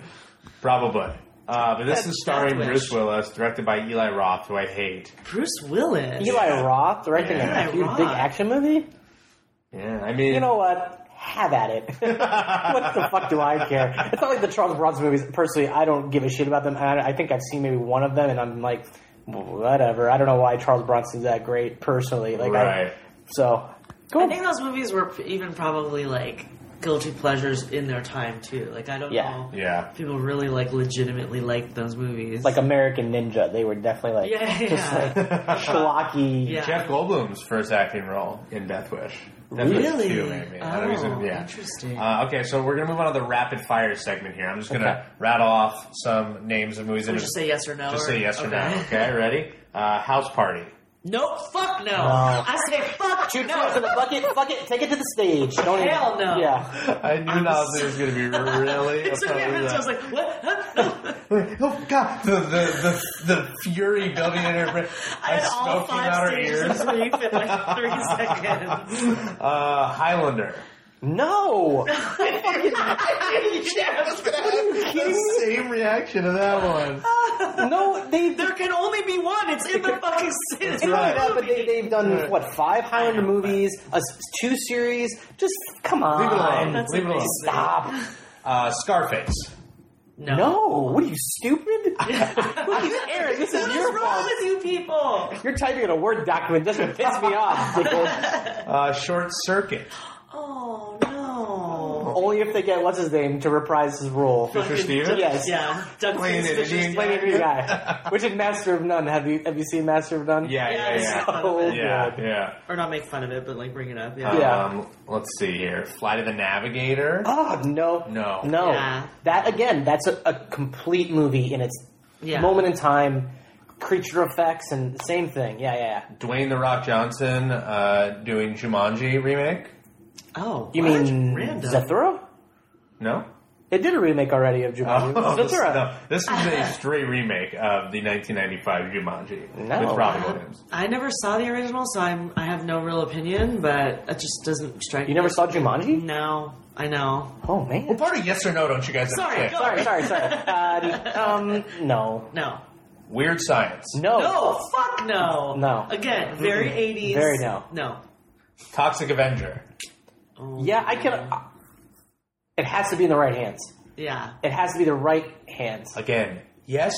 A: Probably. Uh, but this
C: That's
A: is starring
C: Death Wish.
A: Bruce Willis, directed by Eli Roth, who I hate.
C: Bruce Willis.
B: Eli Roth directing
A: Yeah.
B: a
C: Eli
B: huge
C: Roth.
B: big action movie?
A: Yeah, I mean,
B: You know what? Have at it. what the fuck do I care? It's not like the Charles Bronson movies. Personally, I don't give a shit about them. I, I think I've seen maybe one of them, and I'm like, whatever. I don't know why Charles Bronson's that great. Personally, like,
A: Right.
B: I, so go.
C: I think those movies were p- even probably like guilty pleasures in their time too. Like I don't
B: Yeah.
C: know.
A: yeah.
C: if People really like legitimately liked those movies.
B: like American Ninja, they were definitely like
C: yeah,
B: just
C: yeah.
B: like schlocky.
C: Yeah.
A: Jeff Goldblum's first acting role in Death Wish. Death Wish
C: Really?
A: 2, maybe. I don't know, he's in-
C: Oh,
A: yeah.
C: interesting.
A: Uh, okay, so we're going to move on to the rapid fire segment here. I'm just going to
B: Okay.
A: rattle off some names of movies. and
C: We just say yes or no.
A: Just
C: or-
A: say yes or no.
C: okay.
A: Okay, ready? Uh, house Party.
C: Nope, fuck no.
B: No.
C: I say fuck
B: Shoot
C: no.
B: first in the bucket. Fuck it. Take it to the stage. Don't even-
C: Hell no.
B: Yeah.
A: I knew
C: I'm
A: Nazi was going to be really.
C: It took me a
A: upset with
C: minute, so I
A: that.
C: was like, what? Huh?
A: oh God! The the the, the fury building in her brain.
C: I had all
A: smoking
C: five
A: out her
C: stages
A: ears.
C: of grief in like three seconds.
A: Uh, Highlander.
B: No.
A: The same reaction to that one.
B: no. They
C: There can only be one. It's in the fucking it's in the
A: right.
B: Yeah, but
C: movie.
B: they, they've done what five Highlander movies, a s- two series. Just come on,
A: Leave it alone.
C: That's
A: Leave it alone.
C: amazing.
B: stop.
A: Uh, Scarface.
C: No.
B: No, what are you stupid? Look, you- Aaron, this is
C: What is
B: your
C: wrong
B: fault.
C: with you people?
B: You're typing in a word document doesn't piss me off. Dickhead.
A: Uh, short circuit.
C: Oh no.
B: Only if they get what's his name to reprise his role.
A: Fisher
C: Fucking
A: Stevens?
C: Doug-
B: Yes.
C: Yeah. Doug
A: Playing
C: Fisher
A: it,
C: Stevens.
A: playing it,
B: New guy, which in Master of None. Have you have you seen Master of None?
A: Yeah,
C: Yeah,
A: yeah, Oh.
C: it's
A: yeah.
C: not fun of
B: So
C: it.
A: Yeah,
B: good.
A: yeah.
C: Or not make fun of it, but like bring it up. Yeah.
B: Yeah.
A: Um, let's see here. Fly to the Navigator.
B: Oh no,
A: No.
B: no!
C: Yeah.
B: That again, that's a, a complete movie in its
C: Yeah.
B: moment in time, creature effects, and the same thing. Yeah, yeah. yeah.
A: Dwayne the Rock Johnson uh, doing Jumanji remake.
C: Oh.
B: You
C: what?
B: mean
C: Random.
B: Zathura?
A: No.
B: They did a remake already of Jumanji.
A: Oh, this,
B: Zathura.
A: no, this is a straight remake of the 1995 Jumanji
B: No.
A: with Robin Williams.
C: I never saw the original, so I'm, I have no real opinion, but that just doesn't strike me.
B: You never saw Jumanji?
C: No, I know.
B: Oh man.
A: Part of yes or no, don't you guys
C: Sorry,
A: understand?
C: go-
B: Sorry, sorry, sorry. Uh, um, no.
C: No.
A: Weird science.
B: No.
C: No, fuck no.
B: Oh. No.
C: Again, very 80s.
B: Very no.
C: No.
A: Toxic Avenger.
C: Oh,
B: Yeah, I can. Uh, it has to be in the right hands.
C: Yeah.
B: It has to be the right hands.
A: Again, yes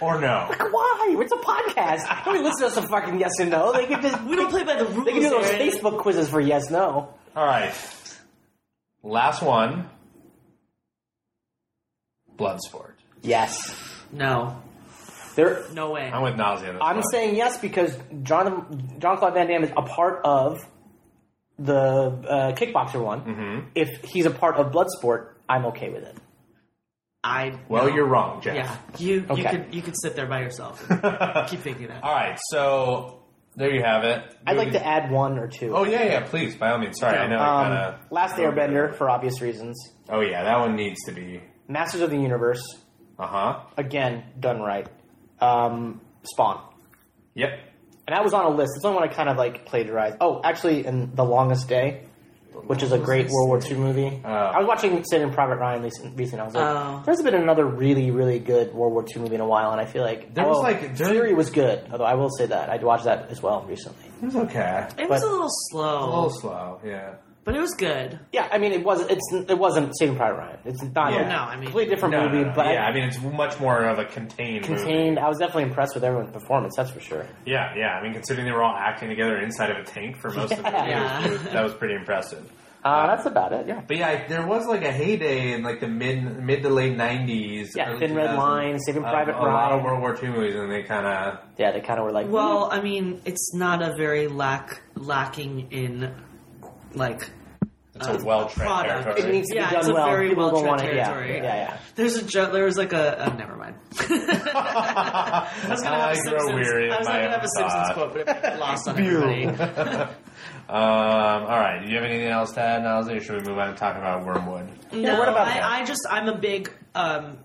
A: or no?
B: Why? It's a podcast. Nobody listens to us a fucking yes and no. They can just
C: We don't play by the rules.
B: they can do those
C: Aaron.
B: Facebook quizzes for yes no.
A: All right. Last one. Bloodsport.
B: Yes.
C: No.
B: There.
C: No way.
A: I'm with nausea. on this
B: I'm
A: one.
B: saying yes because John John Claude Van Damme is a part of the uh, kickboxer one. If he's a part of Bloodsport, I'm okay with it.
C: I.
A: Well,
C: no.
A: you're wrong, Jeff.
C: Yeah. You, you,
B: Okay.
C: could, you could sit there by yourself and keep thinking that.
A: All right, so there you have it.
B: I'd like to add one or two.
A: Oh yeah, yeah. Please, by all means. Sorry, I know. I
B: Um,
A: kinda...
B: Last Airbender for obvious reasons.
A: Oh yeah, that one needs to be.
B: Masters of the Universe.
A: Uh huh.
B: again done right. Um, Spawn,
A: Yep.
B: and that was on a list. It's the only one I kind of like plagiarized. Oh, actually, in The Longest Day, which is a great World War II movie.
A: Oh.
B: I was watching *Sin and Private Ryan recent- recently. I was like,
C: Oh.
B: there's been another really, really good World War II movie in a while, and I feel like
A: There was,
B: oh,
A: like, there-
B: Fury was good. Although I will say that I'd watched that as well recently.
A: It was okay.
C: It was
B: But-
C: a
B: Oh.
C: little slow,
A: A little slow. Yeah.
C: but it was good.
B: Yeah, I mean, it was it's it wasn't *Saving Private Ryan*. It's not
A: Yeah.
B: a
A: No,
C: I mean-
B: completely different
A: No, no,
B: movie,
A: no.
B: but
A: yeah,
B: I
A: I mean it's much more of a contained. Movie.
B: contained. I was definitely impressed with everyone's performance. That's for sure.
A: Yeah, yeah. I mean considering they were all acting together inside of a tank for most of the movie,
C: Yeah.
A: it was- that was pretty impressive.
B: Uh, that's about it. Yeah.
A: But yeah, there was like a heyday in like the mid mid to late nineties.
B: Yeah, Thin Red Line, Saving Private
A: A lot
B: Ryan.
A: of World War II movies, and they kind of
B: Yeah, they kind of were like,
C: Well, I mean, it's not a very lack lacking in like
A: it's
C: Uh,
A: a well tread
C: product.
B: it
A: territory.
B: needs to
C: Yeah,
B: be done
C: it's a
B: well.
C: very
B: People don't
C: well-tread
B: want it. Yeah,
C: territory.
B: yeah, yeah.
C: there's a joke. There was like a oh, never mind. I was gonna have
A: I
C: a
A: grow
C: Simpsons.
A: weary
C: I
A: of
C: was
A: my
C: gonna have
A: own
C: a Simpsons
A: thought.
C: quote, but it lost on everybody.
A: um, all right. Do you have anything else to add, Nazi, or should we move on and talk about Wormwood?
C: No,
B: what about
C: I,
B: that?
C: I just I'm a big um,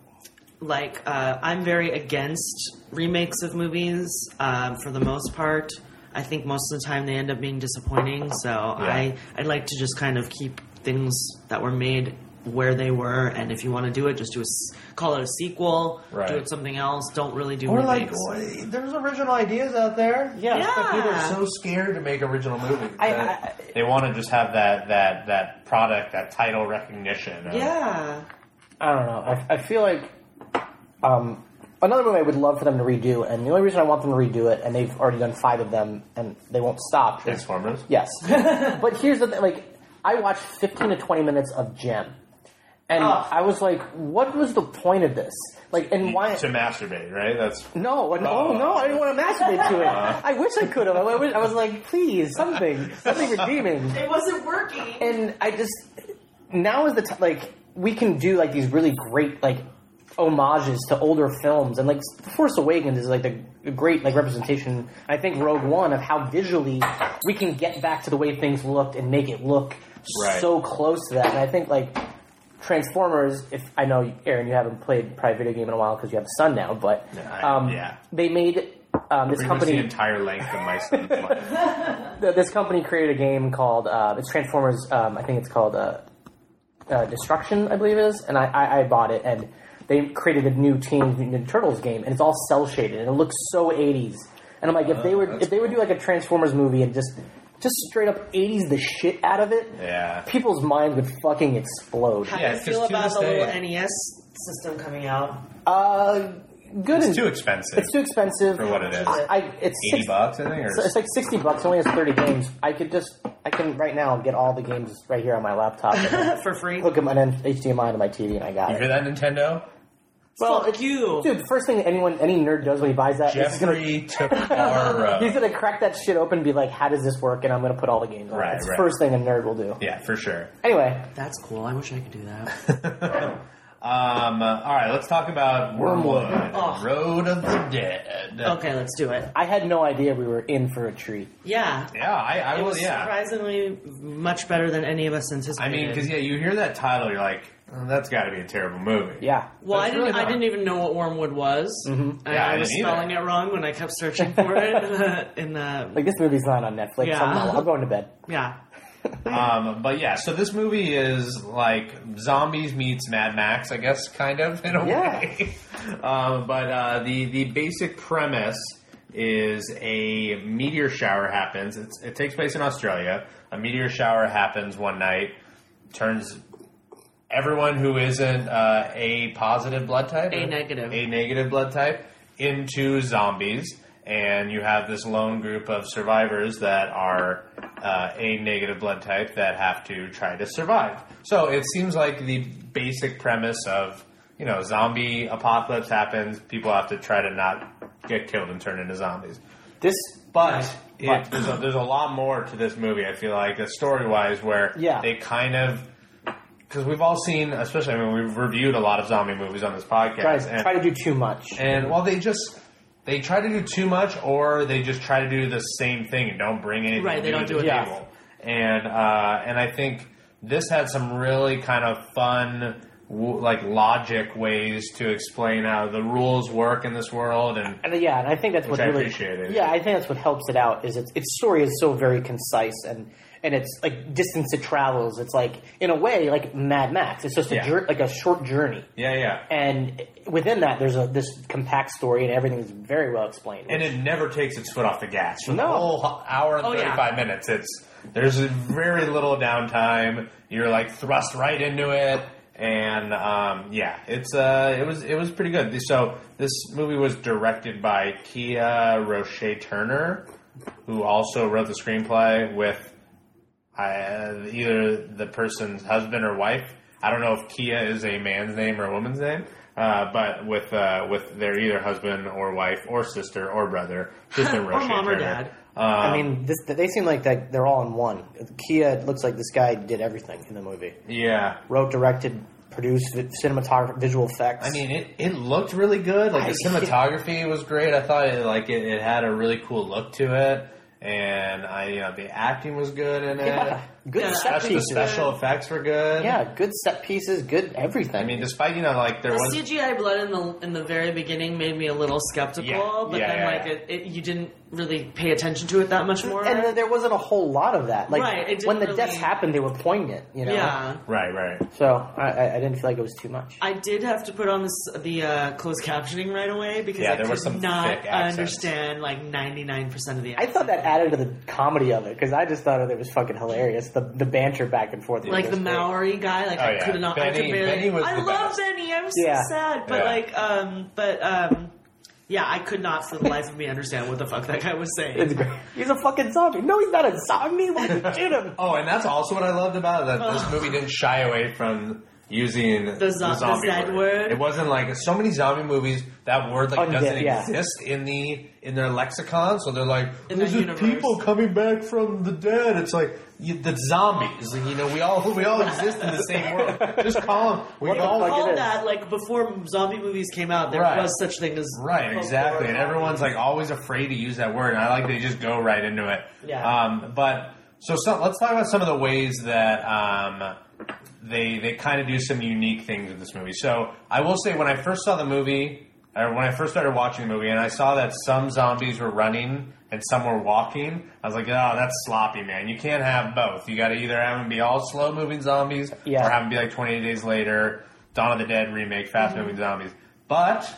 C: like uh, I'm very against remakes of movies um, for the most part. I think most of the time they end up being disappointing. So I I like to just kind of keep things that were made where they were, and if you want to do it, just do a s- call it a sequel,
A: Right.
C: do it something else. Don't really do
A: Or like,
C: remakes.
A: there's original ideas out there.
B: Yeah.
A: But people are
C: Yeah.
A: so scared to make original movies.
B: I-
A: that
B: I-
A: they want to just have that that that product, that title recognition. of-
C: yeah.
B: I don't know. I, I feel like um, another movie I would love for them to redo, and the only reason I want them to redo it, and they've already done five of them, and they won't stop. Is,
A: Transformers.
B: yes, but here's the thing: like, I watched fifteen to twenty minutes of Gem, and
C: Oh.
B: I was like, what was the point of this? Like, and why?
A: To masturbate, right? That's
B: No, and,
A: Oh.
B: oh no, I didn't want to masturbate to it. I wish I could have. I, wish, I was like, please, something, something redeeming.
C: It wasn't working.
B: and I just now is the t- like we can do like these really great like homages to older films and like The Force Awakens is like the the great like representation I think Rogue One of how visually we can get back to the way things looked and make it look
A: Right.
B: so close to that and I think like Transformers if I know Aaron you haven't played probably video game in a while because you have a son now but
A: I-
B: um,
A: yeah.
B: they made um, this
A: pretty much
B: company
A: the entire length of my son's life.
B: th- this company created a game called uh, it's Transformers. Um, I think it's called uh, uh, Destruction, I believe it is, and I, I, I bought it. And they created a new Teenage Mutant Ninja Turtles game, and it's all cell shaded, and it looks so '80s. And I'm like,
A: Oh,
B: if they were if they would do like a Transformers movie and just just straight up '80s the shit out of it,
A: Yeah.
B: people's minds would fucking explode.
C: How
A: Yeah,
C: do you
A: it's
C: feel
A: just to
C: about
A: this
C: the little
A: day.
C: NES system coming out?
B: Uh, good.
A: It's
B: and,
A: too expensive
B: It's too expensive
A: for what it is.
B: I, I it's
A: Eighty
B: six-
A: bucks, I think, or
B: So it's like sixty bucks. It only has thirty games. I could just, I can right now get all the games right here on my laptop, and then
C: For free?
B: hook them an HDMI to my TV, and I got
A: you hear
B: it.
A: that Nintendo?
B: Well,
C: Fuck you.
B: dude, the first thing anyone, any nerd does when he buys that is he's gonna,
A: Jeffrey uh, took our road.
B: he's gonna crack that shit open, and be like, "How does this work?" And I'm gonna put all the games on.
A: Right,
B: It's
A: right.
B: the first thing a nerd will do.
A: Yeah, for sure.
B: Anyway,
C: That's cool. I wish I could do that.
A: Um, uh, all right, let's talk about Wormwood,
C: Oh.
A: Road of the Dead.
C: okay, let's do it.
B: I had no idea we were in for a treat.
C: Yeah.
A: Yeah, I, I
C: It
A: will.
C: was
A: Yeah,
C: surprisingly much better than any of us
A: I
C: anticipated.
A: mean, because yeah, you hear that title, you're like, oh, that's got to be a terrible movie.
B: Yeah.
C: well, I
A: It's
C: didn't.
A: really
C: I
A: not.
C: didn't even know what wormwood was. Mm-hmm.
A: Yeah, I
C: I, was
A: didn't either.
C: spelling it wrong when I kept searching for it. in the, in the
B: Like this movie's not on Netflix.
C: Yeah.
B: so I'm, not- I'm going to bed.
C: yeah,
A: Um, but yeah, so this movie is like zombies meets Mad Max, I guess, kind of in a
B: Yeah.
A: way. um, but uh, the the basic premise is a meteor shower happens. It's, it takes place in Australia. A meteor shower happens one night, turns everyone who isn't uh, a positive blood type,
C: A
A: or
C: negative.
A: a negative blood type, into zombies, and you have this lone group of survivors that are uh, a negative blood type that have to try to survive. So it seems like the basic premise of you know zombie apocalypse happens, people have to try to not get killed and turn into zombies.
B: This,
A: But it, there's, a, there's a lot more to this movie. I feel like story wise, where
B: Yeah.
A: they kind of because we've all seen, especially I mean, we've reviewed a lot of zombie movies on this podcast,
B: guys,
A: and,
B: try to do too much.
A: and well, they just they try to do too much, or they just try to do the same thing and don't bring anything
C: Right, they
A: new
C: don't
A: to
C: do
A: the
C: it. Yeah.
A: table. And uh, and I think this had some really kind of fun. w- Like logic ways to explain how the rules work in this world, and
B: And uh, yeah, and I think that's
A: Which
B: what
A: I
B: really
A: appreciate it.
B: Yeah, I think that's what helps it out is its its story is so very concise and and it's like distance it travels. It's like in a way like Mad Max. It's just a
A: Yeah.
B: jour- like a short journey,
A: yeah, yeah,
B: and within that there's a this compact story and everything's very well explained.
A: and it never takes its foot off the gas. For the
B: No.
A: whole hour and
C: Oh, yeah.
A: thirty-five minutes, it's there's very little downtime. You're like thrust right into it, and um, yeah, it's uh, it was it was pretty good. So this movie was directed by Kia Roche Turner, who also wrote the screenplay with uh, either the person's husband or wife. I don't know if Kia is a man's name or a woman's name, uh, but with uh, with their either husband or wife or sister or brother, just in
C: Or
A: Roche
C: mom or
A: Turner.
C: dad.
A: Um,
B: I mean, this, they seem like that they're all in one. Kia it looks like this guy did everything in the movie:
A: yeah.
B: wrote, directed, produced, vi- cinematography, visual effects.
A: I mean, it, it looked really good. Like the
B: I-
A: cinematography was great. I thought it like it, it had a really cool look to it, and I you know the acting was good in it.
B: yeah, good
C: Yeah,
B: set
A: Especially the
B: pieces.
A: special effects were good.
B: Yeah, good set pieces, good everything.
A: I mean, despite you know like there
C: the
A: was
C: CGI blood in the in the very beginning made me a little skeptical,
A: Yeah,
C: but
A: yeah,
C: then
A: yeah,
C: like
A: yeah.
C: It, it, you didn't really pay attention to it that much more.
B: and then there wasn't a whole lot of that. Like
C: Right, it didn't
B: when the
C: really-
B: deaths happened, they were poignant. You know.
C: yeah.
A: right, right.
B: So I, I I didn't feel like it was too much.
C: I did have to put on this, the uh, closed captioning right away because
A: Yeah,
C: I
A: there
C: could
A: were some
C: not
A: thick accents.
C: understand like ninety nine percent of the.
B: I
C: accent.
B: thought that added to the comedy of it because I just thought it was fucking hilarious. The the banter back and forth, was
C: like
B: just
C: the
B: great.
C: Maori guy, like
A: Oh,
C: I
A: yeah.
C: could not. I
A: Benny-
C: could barely.
A: Benny was
C: I
A: the
C: love
A: best.
C: Benny. I'm so
B: Yeah.
C: sad, but
A: Yeah.
C: like, um, but um, yeah, I could not for the life of me understand what the fuck that guy was saying.
B: It's great. He's a fucking zombie. No, he's not a zombie. Why did you shoot him?
A: Oh, and that's also what I loved about it, that this movie didn't shy away from using the,
C: zo- Oh. the
A: zombie
C: Z
A: word.
C: word.
A: It wasn't like so many zombie movies that word like
B: Oh,
A: doesn't
B: yeah.
A: exist in the in their lexicon, so they're like,
C: In
A: "This
C: that
A: is
C: universe.
A: people coming back from the dead." It's like you, the zombies. You know, we all we all exist in the same world. Just call them. We
B: What the
A: all
B: fuck
C: All
B: it is.
C: that like before zombie movies came out, there
A: Right.
C: was such thing as
A: Right, exactly. And
C: folklore.
A: everyone's like always afraid to use that word. And I like they just go right into it.
C: Yeah.
A: Um, but so, so let's talk about some of the ways that um, they they kind of do some unique things with this movie. So I will say when I first saw the movie, or when I first started watching the movie, and I saw that some zombies were running and some were walking, I was like, oh, that's sloppy, man. You can't have both. You got to either have them be all slow moving zombies,
B: Yeah.
A: or have them be like 28 Days Later, Dawn of the Dead remake, fast moving zombies. But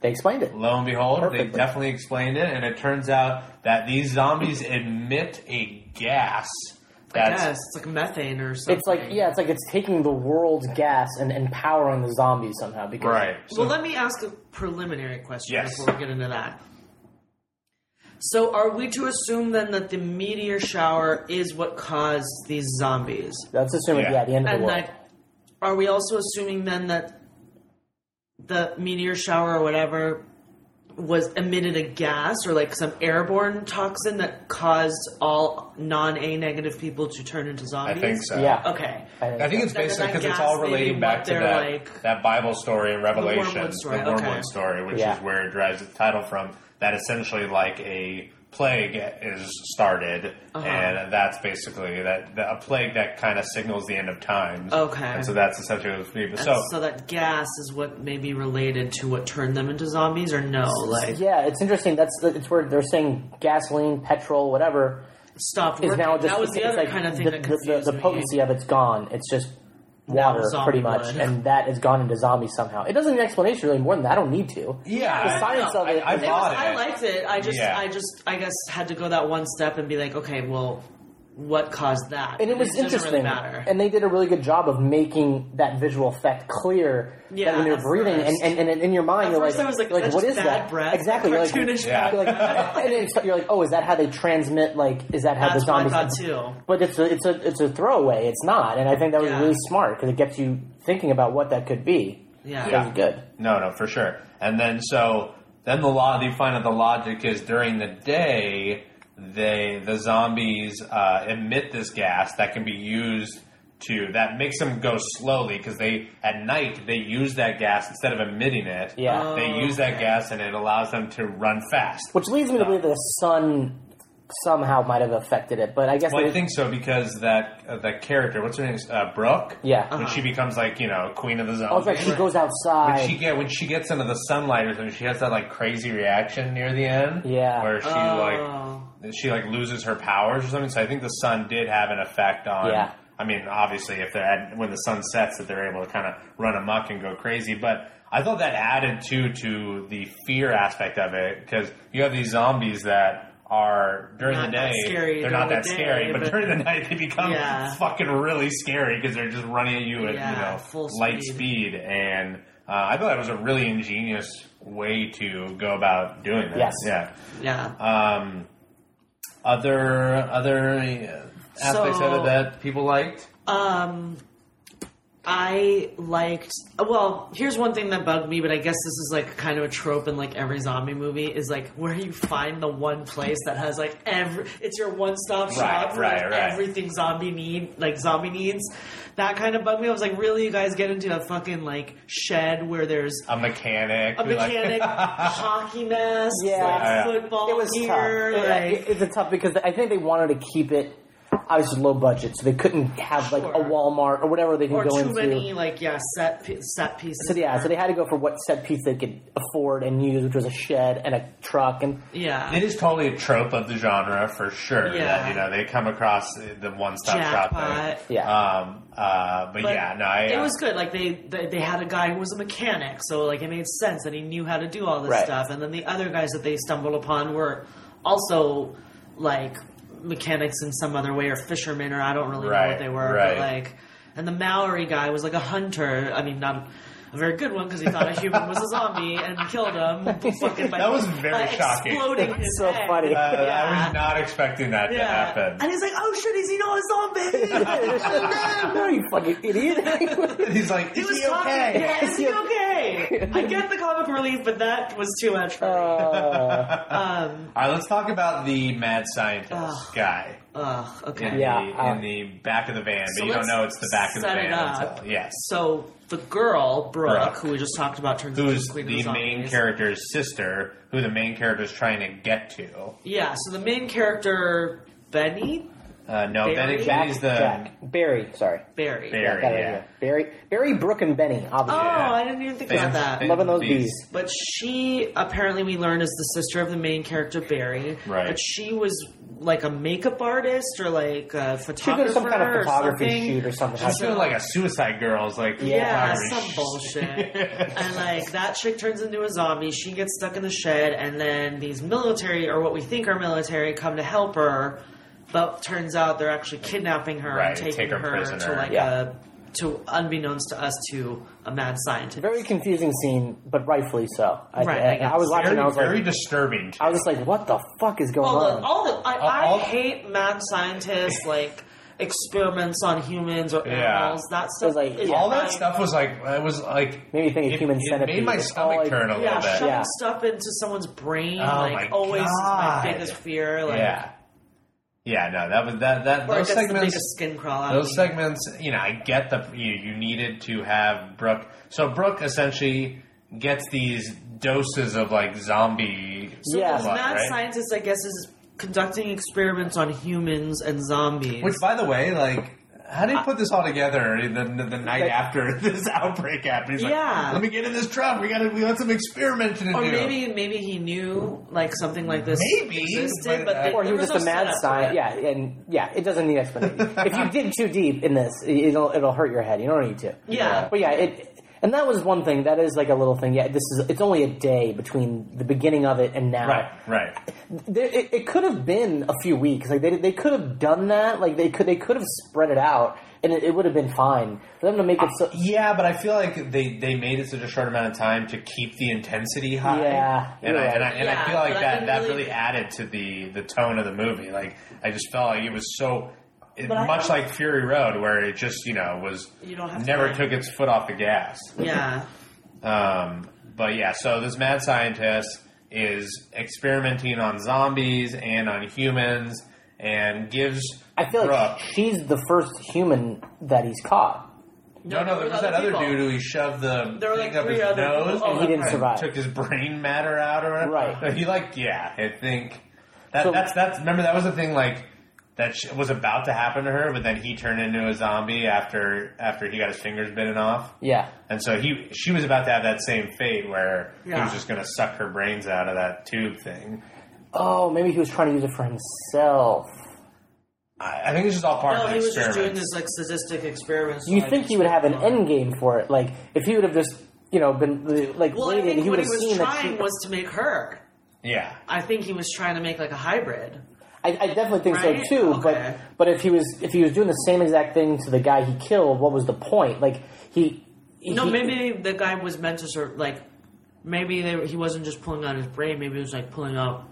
B: They explained it.
A: Lo and behold, they
B: Perfectly.
A: definitely explained it, and it turns out that these zombies emit a gas
C: I
A: That's
C: guess it's like methane or something.
B: It's like yeah, it's like it's taking the world's gas and empowering the zombies somehow because
A: right. So
C: well, let me ask a preliminary question
A: Yes.
C: before we get into that. So, are we to assume then that the meteor shower is what caused these zombies?
B: that's assuming
A: Yeah.
B: yeah, the end of the
C: And
B: world.
C: like, are we also assuming then that the meteor shower or whatever was emitted a gas or like some airborne toxin that caused all non A negative people to turn into
A: I
C: zombies?
A: think so.
B: yeah,
C: Okay.
A: I think it's
C: Then
A: basically because
C: that
A: it's all
C: gas may be
A: relating back to
C: what
A: that,
C: they're like-
A: that Bible story in Revelation,
C: Wormwood story, okay.
A: story, which
B: Yeah.
A: is where it derives its title from. That essentially, like a plague is started,
C: Uh-huh.
A: and that's basically that, that a plague that kind of signals the end of times.
C: Okay.
A: and so that's essentially what it was.
C: And
A: So,
C: so, that gas is what may be related to what turned them into zombies, or no, like
B: yeah. It's interesting. That's it's where they're saying gasoline, petrol, whatever
C: stopped
B: is
C: working.
B: now just
C: that was
B: it's,
C: the
B: it's
C: other
B: like
C: kind of thing
B: the,
C: that
B: the- the,
C: confused
B: the
C: me.
B: potency of it's gone. It's just
C: Now
B: water,
C: zombie
B: pretty much,
C: blood.
B: and that is gone into zombies somehow. It doesn't need an explanation really more than that. I don't need to.
A: yeah,
B: The science of it-
A: I, I
B: It was-
C: It was-
A: bought
C: I
A: it.
C: liked it. I just,
A: Yeah.
C: I just, I guess, had to go that one step and be like, okay, well, what caused that?
B: and it was
C: doesn't
B: interesting.
C: Really matter.
B: and they did a really good job of making that visual effect clear.
C: Yeah,
B: that when you're
C: at
B: breathing, and,
C: first.
B: and, and, in your mind,
C: At
B: you're
C: first
B: like,
C: I was like,
B: you're
C: that's
B: what
C: just
B: is
C: bad
B: that?
C: breath,
B: Exactly. You're like,
C: cartoonish
A: Yeah.
B: you're like- and then so- you're like, oh, is that how they transmit? Like, is that how
C: That's
B: the
C: what I
B: zombies?
C: thought too.
B: But it's a, it's a it's a throwaway. It's not, and I think that was
C: Yeah.
B: really smart because it gets you thinking about what that could be.
C: Yeah.
B: So it was good.
A: No, no, for sure. And then so then the law you find out the logic is during the day they the zombies uh, emit this gas that can be used to that makes them go slowly because they at night they use that gas instead of emitting it.
B: Yeah. Oh,
A: they use that gas and it allows them to run fast.
B: Which leads me to believe that the sun somehow might have affected it, but I guess
A: Well, I
B: they-
A: think so because that uh, that character, what's her name, uh, Brooke.
B: Yeah. Uh-huh.
A: When she becomes like you know queen of the zombies,
B: oh, it's like she goes outside.
A: When she get when she gets into the sunlight or something, she has that like crazy reaction near the end.
B: Yeah.
A: where she
C: Oh.
A: like she like loses her powers or something. So I think the sun did have an effect on.
B: Yeah.
A: I mean, obviously, if they're at, when the sun sets, that they're able to kind of run amok and go crazy. But I thought that added too to the fear aspect of it because you have these zombies that are during
C: Not
A: the
C: that
A: day
C: scary
A: they're
C: during
A: not
C: the
A: that
C: day,
A: scary, but,
C: but-
A: during the night they become
C: Yeah.
A: fucking really scary because they're just running at you at
C: Yeah,
A: you know
C: full
A: light
C: speed.
A: speed speed, and uh, I thought it was a really ingenious way to go about doing that.
B: Yes.
A: Yeah.
C: yeah.
A: Um, other other uh, aspects
C: So-
A: of it that people liked.
C: Um, I liked. Well, here's one thing that bugged me, but I guess this is like kind of a trope in like every zombie movie is like where you find the one place that has like every. It's your one stop shop
A: Right,
C: for
A: right,
C: like,
A: right.
C: everything zombie need, like zombie needs. That kind of bugged me. I was like, really, you guys get into a fucking like shed where there's.
A: A mechanic.
C: A
A: who, like- Oh,
C: mechanic, hockey mask,
B: Yeah.
C: like,
A: Yeah.
C: football
B: it was
C: gear,
B: tough.
C: like
B: It- it's a tough because I think they wanted to keep it obviously low budget, so they couldn't have like a
C: Sure.
B: Walmart or whatever they can
C: or
B: go
C: too
B: into.
C: many like yeah set pi- set pieces.
B: so yeah,
C: or-
B: so they had to go for what set piece they could afford and use, which was a shed and a truck and
C: yeah.
A: It is totally a trope of the genre for sure.
C: Yeah.
A: That, you know, they come across the one stop shop
C: jackpot.
A: thing.
B: yeah.
A: Um, uh, but,
C: But
A: yeah, no, I,
C: it
A: uh,
C: was good. Like they, they they had a guy who was a mechanic, so like it made sense that he knew how to do all this
B: Right.
C: stuff. And then the other guys that they stumbled upon were also like mechanics in some other way, or fishermen, or I don't really know
A: Right,
C: what they were.
A: right.
C: But like, and the Maori guy was like a hunter. I mean, not. A very good one because he thought a human was a zombie and killed him. Fucking by,
A: That was very
C: by
A: shocking.
C: Exploding his
B: so
C: head.
B: funny.
A: uh, I
C: yeah.
A: was not expecting that to
C: Yeah.
A: happen.
C: And he's like, "Oh shit, is he not a zombie?"
B: no, you fucking idiot!
A: He's like,
C: He
A: is
C: was
A: he
C: talking.
A: okay?
C: Yeah, is he okay? I get the comic relief, but that was too much for me.
B: Uh,
A: All right, let's talk about the mad scientist
C: Ugh.
A: guy
C: Ugh, okay.
A: in,
B: Uh, Yeah,
A: the,
B: uh,
A: in the back of the van,
C: So
A: but you don't
C: let's
A: know it's the back of the
C: set it
A: van
C: up.
A: until yes.
C: So the girl Brooke,
A: Brooke.
C: who we just talked about, turns
A: Who's
C: into
A: the
C: queen of zombies.
A: main character's sister? Who the main character is trying to get to?
C: Yeah. So the main character Benny
A: Uh, no,
C: Barry?
A: Benny
B: Jack,
A: Benny's the
B: Jack Barry, sorry,
C: Barry.
A: Barry.
B: Got it
A: yeah.
B: right here. Barry, Barry, Brooke and Benny,
C: Oh,
B: obviously.
C: I didn't even think about
A: Fans-
C: that.
A: fans-
B: Loving those
A: these.
B: bees.
C: But she apparently we learn is the sister of the main character Barry.
A: Right.
C: But she was like a makeup artist or like a
B: She
C: photographer.
B: did some kind of
C: or
B: photography
C: something.
B: shoot or something.
A: She's doing like a Suicide Girls, like
C: Yeah,
A: Irish-
C: some bullshit. and like that chick turns into a zombie. She gets stuck in the shed, and then these military or what we think are military come to help her. but turns out they're actually kidnapping her
A: Right,
C: and taking
A: take her
C: to
A: prisoner.
C: like
B: Yeah.
C: a to unbeknownst to us to a mad scientist.
B: Very confusing scene, but rightfully so. I,
C: Right,
B: I,
C: I
B: I was
C: guess.
B: watching.
A: Very,
B: I was
A: very
B: like,
A: disturbing.
B: I was just like, what the fuck is going
C: all
B: on?
C: the, all the I,
A: All- all-
C: I hate mad scientists like experiments on humans or
A: Yeah.
C: animals. That
B: It was
C: stuff
B: like,
C: is
B: yeah.
A: all that
C: my-
A: stuff was like it was like
B: Made me think of
A: it,
B: human
A: it
B: centipede.
A: made my
B: It's all
A: stomach
B: like-
A: turn a little
C: Yeah,
A: bit.
C: shoving
B: Yeah.
C: stuff into someone's brain
A: Oh
C: like
A: my
C: always is my
A: God.
C: biggest fear. Like,
A: yeah, yeah. No, that was that that
C: Or it
A: those
C: gets to make
A: segments.
C: a skin crawl out. of
A: Those
C: me.
A: segments, you know, I get the you, you needed to have Brooke. So Brooke essentially gets these doses of like zombie.
C: So
B: Yeah.
C: those
A: blood,
C: mad
A: right?
C: scientist, I guess, is conducting experiments on humans and zombies.
A: Which, by the way, like, how do you put this all together the, the, the night
B: Like-
A: after this outbreak happened? He's
C: Yeah.
A: like, let me get in this truck. We got to, we got some experimenting to
C: or
A: do.
C: maybe maybe he knew like something like this
A: Maybe,
C: existed,
A: but,
C: but,
A: uh,
C: they-
B: or he
C: there
B: was just
C: no
B: a
C: setup
B: mad
C: for
B: scientist.
C: it.
B: Yeah, and yeah, it doesn't need explanation. if you dig too deep in this, it- it'll it'll hurt your head. You don't need to.
C: Yeah.
B: But yeah, it and that was one thing. That is like a little thing. Yeah, this is it's only a day between the beginning of it and now.
A: Right, right.
B: There, it, it could have been a few weeks. Like they they could have done that. Like they could they could have spread it out, and it, it would have been fine for them to make it so.
A: Yeah, but I feel like they, they made it such a short amount of time to keep the intensity high.
B: Yeah,
A: and I
B: you're
A: and I,
B: right.
A: and
C: Yeah,
A: I feel like
C: but I
A: that
C: didn't
A: that
C: really-
A: really, added to the the tone of the movie. Like I just felt like it was so it,
C: But I
A: much
C: don't-
A: like Fury Road, where it just you know was
C: You don't have
A: never
C: time.
A: took its foot off the gas.
C: Yeah.
A: Um, but yeah, so this mad scientist is experimenting on zombies and on humans, and gives
B: I feel like
A: Brooke.
B: she's the first human that he's caught.
A: no, no, there was that other dude who he shoved the
C: There were,
A: thing
C: like,
A: up
C: three
A: his
C: other people.
A: nose
C: Oh,
B: And he didn't
A: and
B: survive.
A: took his brain matter out or whatever.
B: Right.
A: So he like, yeah, I think that
B: So-
A: that's that's remember that was the thing like that sh- was about to happen to her, but then he turned into a zombie after after he got his fingers bitten off.
B: Yeah.
A: And so he, she was about to have that same fate where he
C: Yeah.
A: was just going to suck her brains out of that tube thing.
B: Oh, maybe he was trying to use it for himself.
A: I, I think this is all part
C: No,
A: of
C: he
A: the
C: was just doing
A: experiment.
C: this like sadistic experiments.
B: You think he would have an end game for it? Like if he would have just, you know, been like
C: Well, I
B: waiting,
C: think
B: he
C: what he
B: would have
C: was
B: seen that.
C: trying
B: She,
C: was to make her.
A: yeah,
C: I think he was trying to make like a hybrid.
B: I, I definitely think
C: Right?
B: so too.
C: Okay.
B: But but if he was if he was doing the same exact thing to the guy he killed, what was the point? Like he.
C: No,
B: he-
C: maybe the guy was meant to sort of like maybe they, he wasn't just pulling out his brain. Maybe he was like pulling out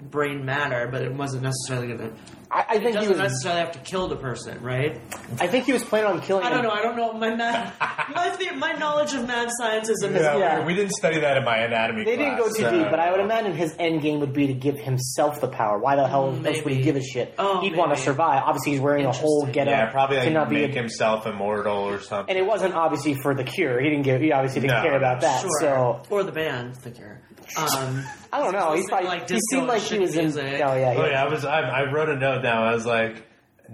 C: brain matter, but it wasn't necessarily going to.
B: I, I think he
C: Doesn't
B: was.
C: necessarily have to kill the person, right?
B: I think he was planning on killing.
C: I don't
B: him.
C: know. I don't know. My mad, my, the- my knowledge of mad science is
A: yeah,
C: amazing.
B: Yeah.
A: We, we didn't study that in my anatomy.
B: They didn't go
A: class,
B: too
A: so-
B: deep, but I would imagine his end game would be to give himself the power. Why the hell else would he
C: maybe.
B: give a shit?
C: Oh,
B: He'd want to
C: maybe.
B: survive. Obviously, he's wearing a whole
C: Interesting.
B: get
A: yeah, probably like
B: cannot be a
A: make himself immortal or something.
B: and it wasn't obviously for the cure. He didn't give. He obviously didn't
A: No,
B: care about that.
C: Sure.
B: So
C: or the band, the Cure. Um,
B: I don't know. He's
C: Listening
B: probably,
C: to, like,
B: he
C: disco
B: seemed
C: and
B: like he
C: shitty
B: was in.
C: music.
B: Oh yeah,
A: Oh
B: yeah.
A: yeah, I was. I, I wrote a note down. I was like,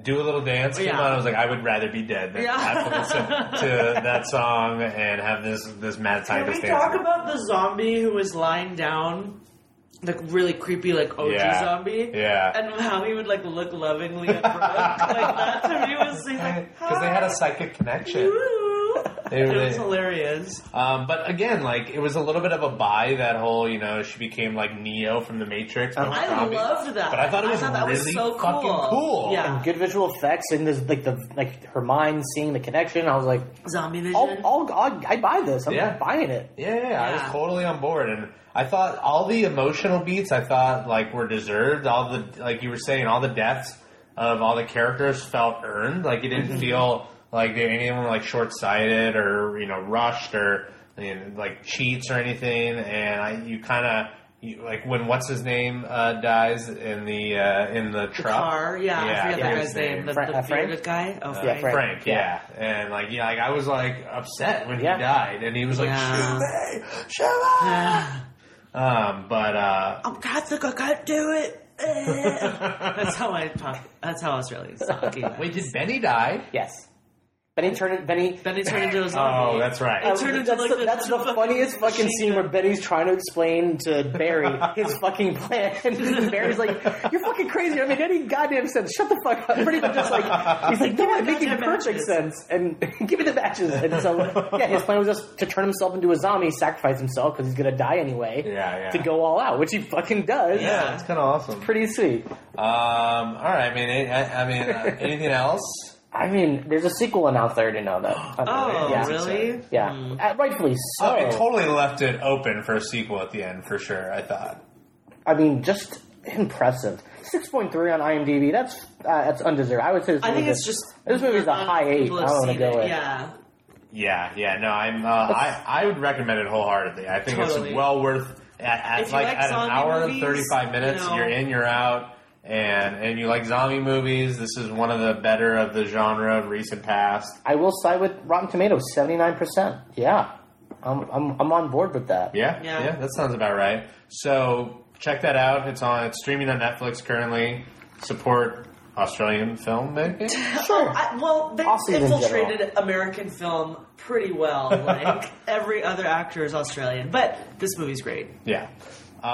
A: do a little dance. Came
C: Oh, Yeah.
A: on. I was like, I would rather be dead than
C: Yeah.
A: have to listen to that song and have this this mad
C: can we
A: scientist
C: talk
A: dance.
C: about the zombie who was lying down? The really creepy, like OG
A: Yeah.
C: zombie.
A: Yeah.
C: And how he would like look lovingly at Brooke. like that to me was he's like
A: Because they had a psychic connection. They-
C: it
A: they-
C: was hilarious.
A: Um, but again, like it was a little bit of a buy that whole, you know, she became like Neo from the Matrix. but with
C: I
A: zombies.
C: loved that.
A: But I thought it was
C: that
A: really
C: was so
A: fucking
C: cool.
A: cool.
C: Yeah.
B: Good visual effects and there's like the like her mind seeing the connection. I was like,
C: Zombie vision.
B: I'll, I'll, I'll I buy this. I'm
A: Yeah.
B: buying it.
A: Yeah, yeah, I was
C: Yeah.
A: totally on board, and I thought all the emotional beats I thought like were deserved. All the like you were saying, all the deaths of all the characters felt earned. Like it didn't feel like they, any of them were like short sighted or you know rushed or you know, like cheats or anything. And I, you kind of. You, like when what's his name uh, dies in the uh, in the truck
C: Car, yeah, I forget
A: forget
C: the
A: his
C: guy's name. The,
B: Fra-
C: the
B: uh, Frank?
C: bearded guy? Oh,
A: Uh,
B: Yeah, Frank.
A: Frank, yeah. And like, yeah, like I was like upset when
B: Yeah.
A: he died, and he was like,
C: Yeah.
A: "Shoot me, shoot me!" Um, but uh,
C: I'm Catholic. I can't do it. that's how I talk. That's how Australians talk.
A: wait, did Benny die?
B: Yes. Benny turned it. Benny.
C: Benny turned into a zombie.
A: Oh, that's right.
C: It turned into
B: that's,
C: like
B: the, that's the funniest fucking scene where Benny's trying to explain to Barry his fucking plan, and Barry's like, "You're fucking crazy. I mean, any goddamn sense. Shut the fuck up." Pretty much just like he's like, "No, I'm making
C: goddamn
B: perfect
C: matches."
B: sense." And give me the matches. And so yeah, his plan was just to turn himself into a zombie, sacrifice himself because he's gonna die anyway.
A: Yeah, yeah.
B: To go all out, which he fucking does.
A: Yeah, it's kind of awesome.
B: Pretty sweet.
A: Um, all right. I mean, eh, I, I mean, uh, anything else?
B: I mean, there's a sequel announced. I already know that.
C: Oh,
B: yeah.
C: really? Hmm.
B: Yeah, Uh, rightfully so.
A: Oh, it totally left it open for a sequel at the end, for sure. I thought.
B: I mean, just impressive. Six point three on IMDb. That's uh, that's undeserved. I would say. This
C: I think
B: movie-
C: it's just.
B: this movie's a
C: not enough
B: high eight. I
C: people have
B: want to
C: seen
B: go
C: it.
B: with.
C: Yeah.
A: Yeah, yeah. No, I'm. Uh, I I would recommend it wholeheartedly. I think
C: Totally.
A: it's well worth at,
C: If
A: at
C: you
A: like,
C: like
A: at an
C: zombie
A: hour and
C: movies,
A: thirty five minutes.
C: you know.
A: You are in, you're out, and and you like zombie movies. This is one of the better of the genre of recent past.
B: I will side with Rotten Tomatoes, seventy nine percent. Yeah, I'm, I'm I'm on board with that.
A: Yeah,
C: Yeah.
A: yeah, that sounds about right. So check that out. It's on. It's streaming on Netflix currently. Support Australian filmmaking.
B: Sure.
C: I, well, they
B: Aussies in
C: infiltrated American film pretty well. Like every other actor is Australian, but this movie's great.
A: Yeah.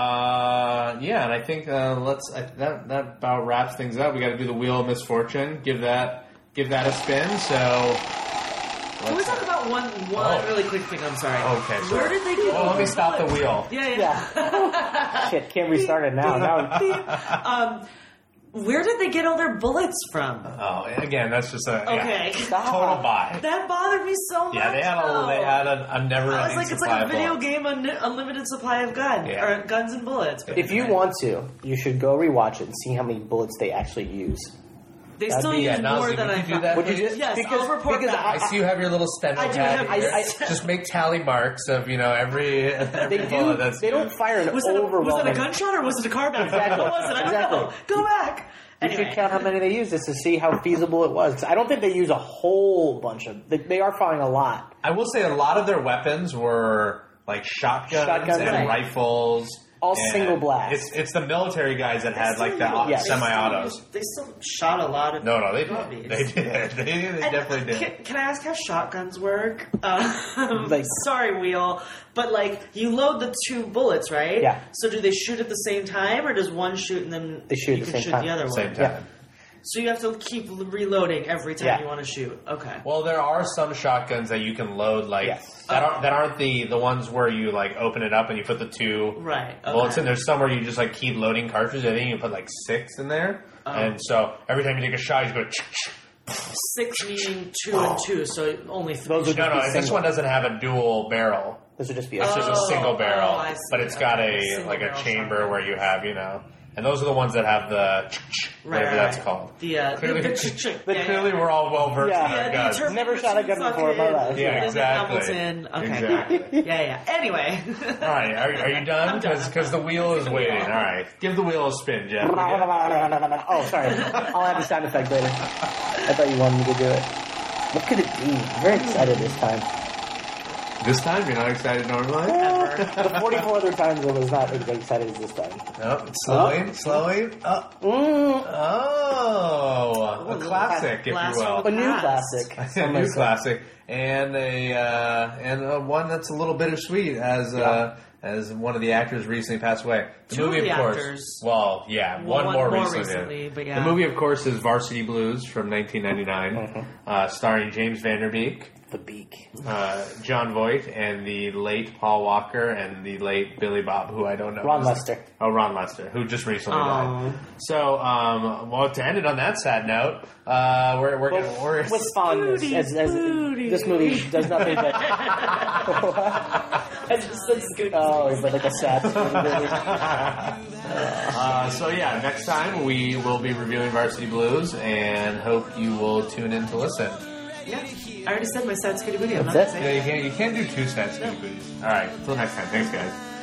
A: Uh, yeah, and I think uh, let's I, that that about wraps things up. We got to do the wheel of misfortune. Give that give that a spin. So
C: Can we talk about one one
A: Oh.
C: really quick thing? I'm sorry.
A: okay, sure.
C: Where did they get?
A: Oh, let me stop the wheel.
C: Yeah, yeah.
B: Yeah. Shit, can't restart it now. now
C: Um, Where did they get all their bullets from?
A: Oh, and again, that's just a yeah.
C: Okay.
A: total buy.
C: That bothered me so much.
A: Yeah, they had a
C: though.
A: they had a, a never
C: I was
A: ending
C: like, it's
A: supply
C: like a
A: of
C: video
A: bullets.
C: game, un- unlimited supply of gun
A: Yeah.
C: or guns and bullets. But
B: if you want to, you should go rewatch it and see how many bullets they actually use.
C: they
B: that'd
C: still
B: be-
C: use
A: yeah, Nazi,
C: more
A: would
C: than
A: you
C: I
A: do
C: thought.
A: that?
B: Would you just
C: Yes,
B: because
C: I'll report
B: because
C: back.
A: I see you have your little steno
C: I do
A: pad
C: have
A: here.
C: a
B: steno-
A: Just make tally marks of you know every. every
B: they do.
A: bullet that's
B: they don't
A: used.
B: fire an
C: Oh, was that, a,
B: overwhelming.
C: was that a gunshot or was it a car battle?
B: Exactly.
C: What was it? I don't
B: Exactly.
C: know. Go back.
B: You should
C: Anyway.
B: count how many they use just to see how feasible it was. 'Cause I don't think they use a whole bunch of. They, they are firing a lot.
A: I will say a lot of their weapons were like shotguns,
B: Shotguns,
A: and
B: right.
A: rifles.
B: All
A: and
B: single blast.
A: It's, it's the military guys that
C: They
A: had
C: still
A: like the
C: used-
B: Yes.
C: they still
A: semi-autos.
C: used- They still shot a lot of.
A: No, no, they
C: Zombies.
A: did. They did. They, did. they
C: And
A: definitely did.
C: Can, can I ask how shotguns work? Um,
B: Like-
C: sorry, wheel, but like you load the two bullets, right?
B: Yeah.
C: So do they shoot at the same time, or does one shoot and then
B: They shoot at
C: you
B: the
C: can
B: same
C: shoot
B: time.
C: the other
A: Same
C: one?
A: time.
B: Yeah.
C: So you have to keep reloading every time
B: Yeah.
C: you want to shoot. Okay.
A: Well, there are some shotguns that you can load like
B: Yes.
A: that aren't that aren't the the ones where you like open it up and you put the two
C: Right, okay.
A: bullets in. There's some where you just like keep loading cartridges. I think you put like six in there,
C: Oh.
A: and so every time you take a shot, you go.
C: Six meaning two and two, so only three.
B: Those are-
A: No, no,
B: Just
A: this
B: be single.
A: one doesn't have a dual barrel.
B: This would just be.
A: It's
B: a
A: just
C: Oh,
A: a single barrel,
C: oh, I see.
A: but it's
C: Okay.
A: got a
C: Single
A: like a
C: barrel
A: chamber
C: shotgun.
A: where you have you know, and those are the ones that have the
C: Right,
A: whatever
C: right,
A: that's
C: right.
A: called.
C: The, uh,
A: clearly,
C: the- the-
A: but
C: yeah,
A: clearly
C: yeah.
A: we're all well versed
B: Yeah.
A: in our
B: Yeah,
C: the
A: guns.
C: Terminator
B: Never shot a gun
C: sucked
B: before in my
C: in.
B: life.
A: Yeah,
C: Linda
A: exactly.
C: Hamilton. Okay.
A: Exactly.
C: yeah, yeah. Anyway.
A: all right, are, are you done? Because the wheel is waiting. All right, give the wheel a spin, Jeff.
B: Oh, sorry. I'll have the sound effect later. I thought you wanted me to do it. What could it be? I'm very excited this time.
A: This time you're not excited normally.
B: the 44 other times I was not as excited as this time.
A: Up, slowly, slowly. Up.
B: Mm,
A: Oh, a
C: Ooh,
A: classic, if you
C: last
A: will.
C: one.
B: a new
C: Pass.
B: classic.
A: a
B: some might
A: new
B: say.
A: classic and a uh, and a one that's a little bittersweet as uh, as one of the actors recently passed away. The
C: Two of
A: movie,
C: the
A: of course.
C: actors.
A: Well, yeah,
C: Well,
A: one,
C: one
A: more,
C: more
A: recently.
C: recently, but yeah.
A: The movie, of course, is Varsity Blues from
B: Mm-hmm.
A: 1999, uh, starring James Vanderbeek,
B: The beak.
A: uh, John Voight, and the late Paul Walker and the late Billy Bob, who I don't know.
B: Ron Lester.
A: Oh, Ron Lester, who just recently
C: Aw.
A: died. So, um, well, to end it on that sad note, uh, we're we're, gonna, we're
B: With fondness,
C: Booty,
B: as, as
C: booty.
B: this movie does nothing but
C: That's just such good.
B: oh, but like a sad. movie.
A: Uh, so yeah, next time we will be reviewing Varsity Blues, and hope you will tune in to listen.
C: Yeah. I already said my sad scooty video. I'm not
B: That's
C: saying
A: Yeah, you can't you can't do two sets. All right, till next time. Thanks, guys.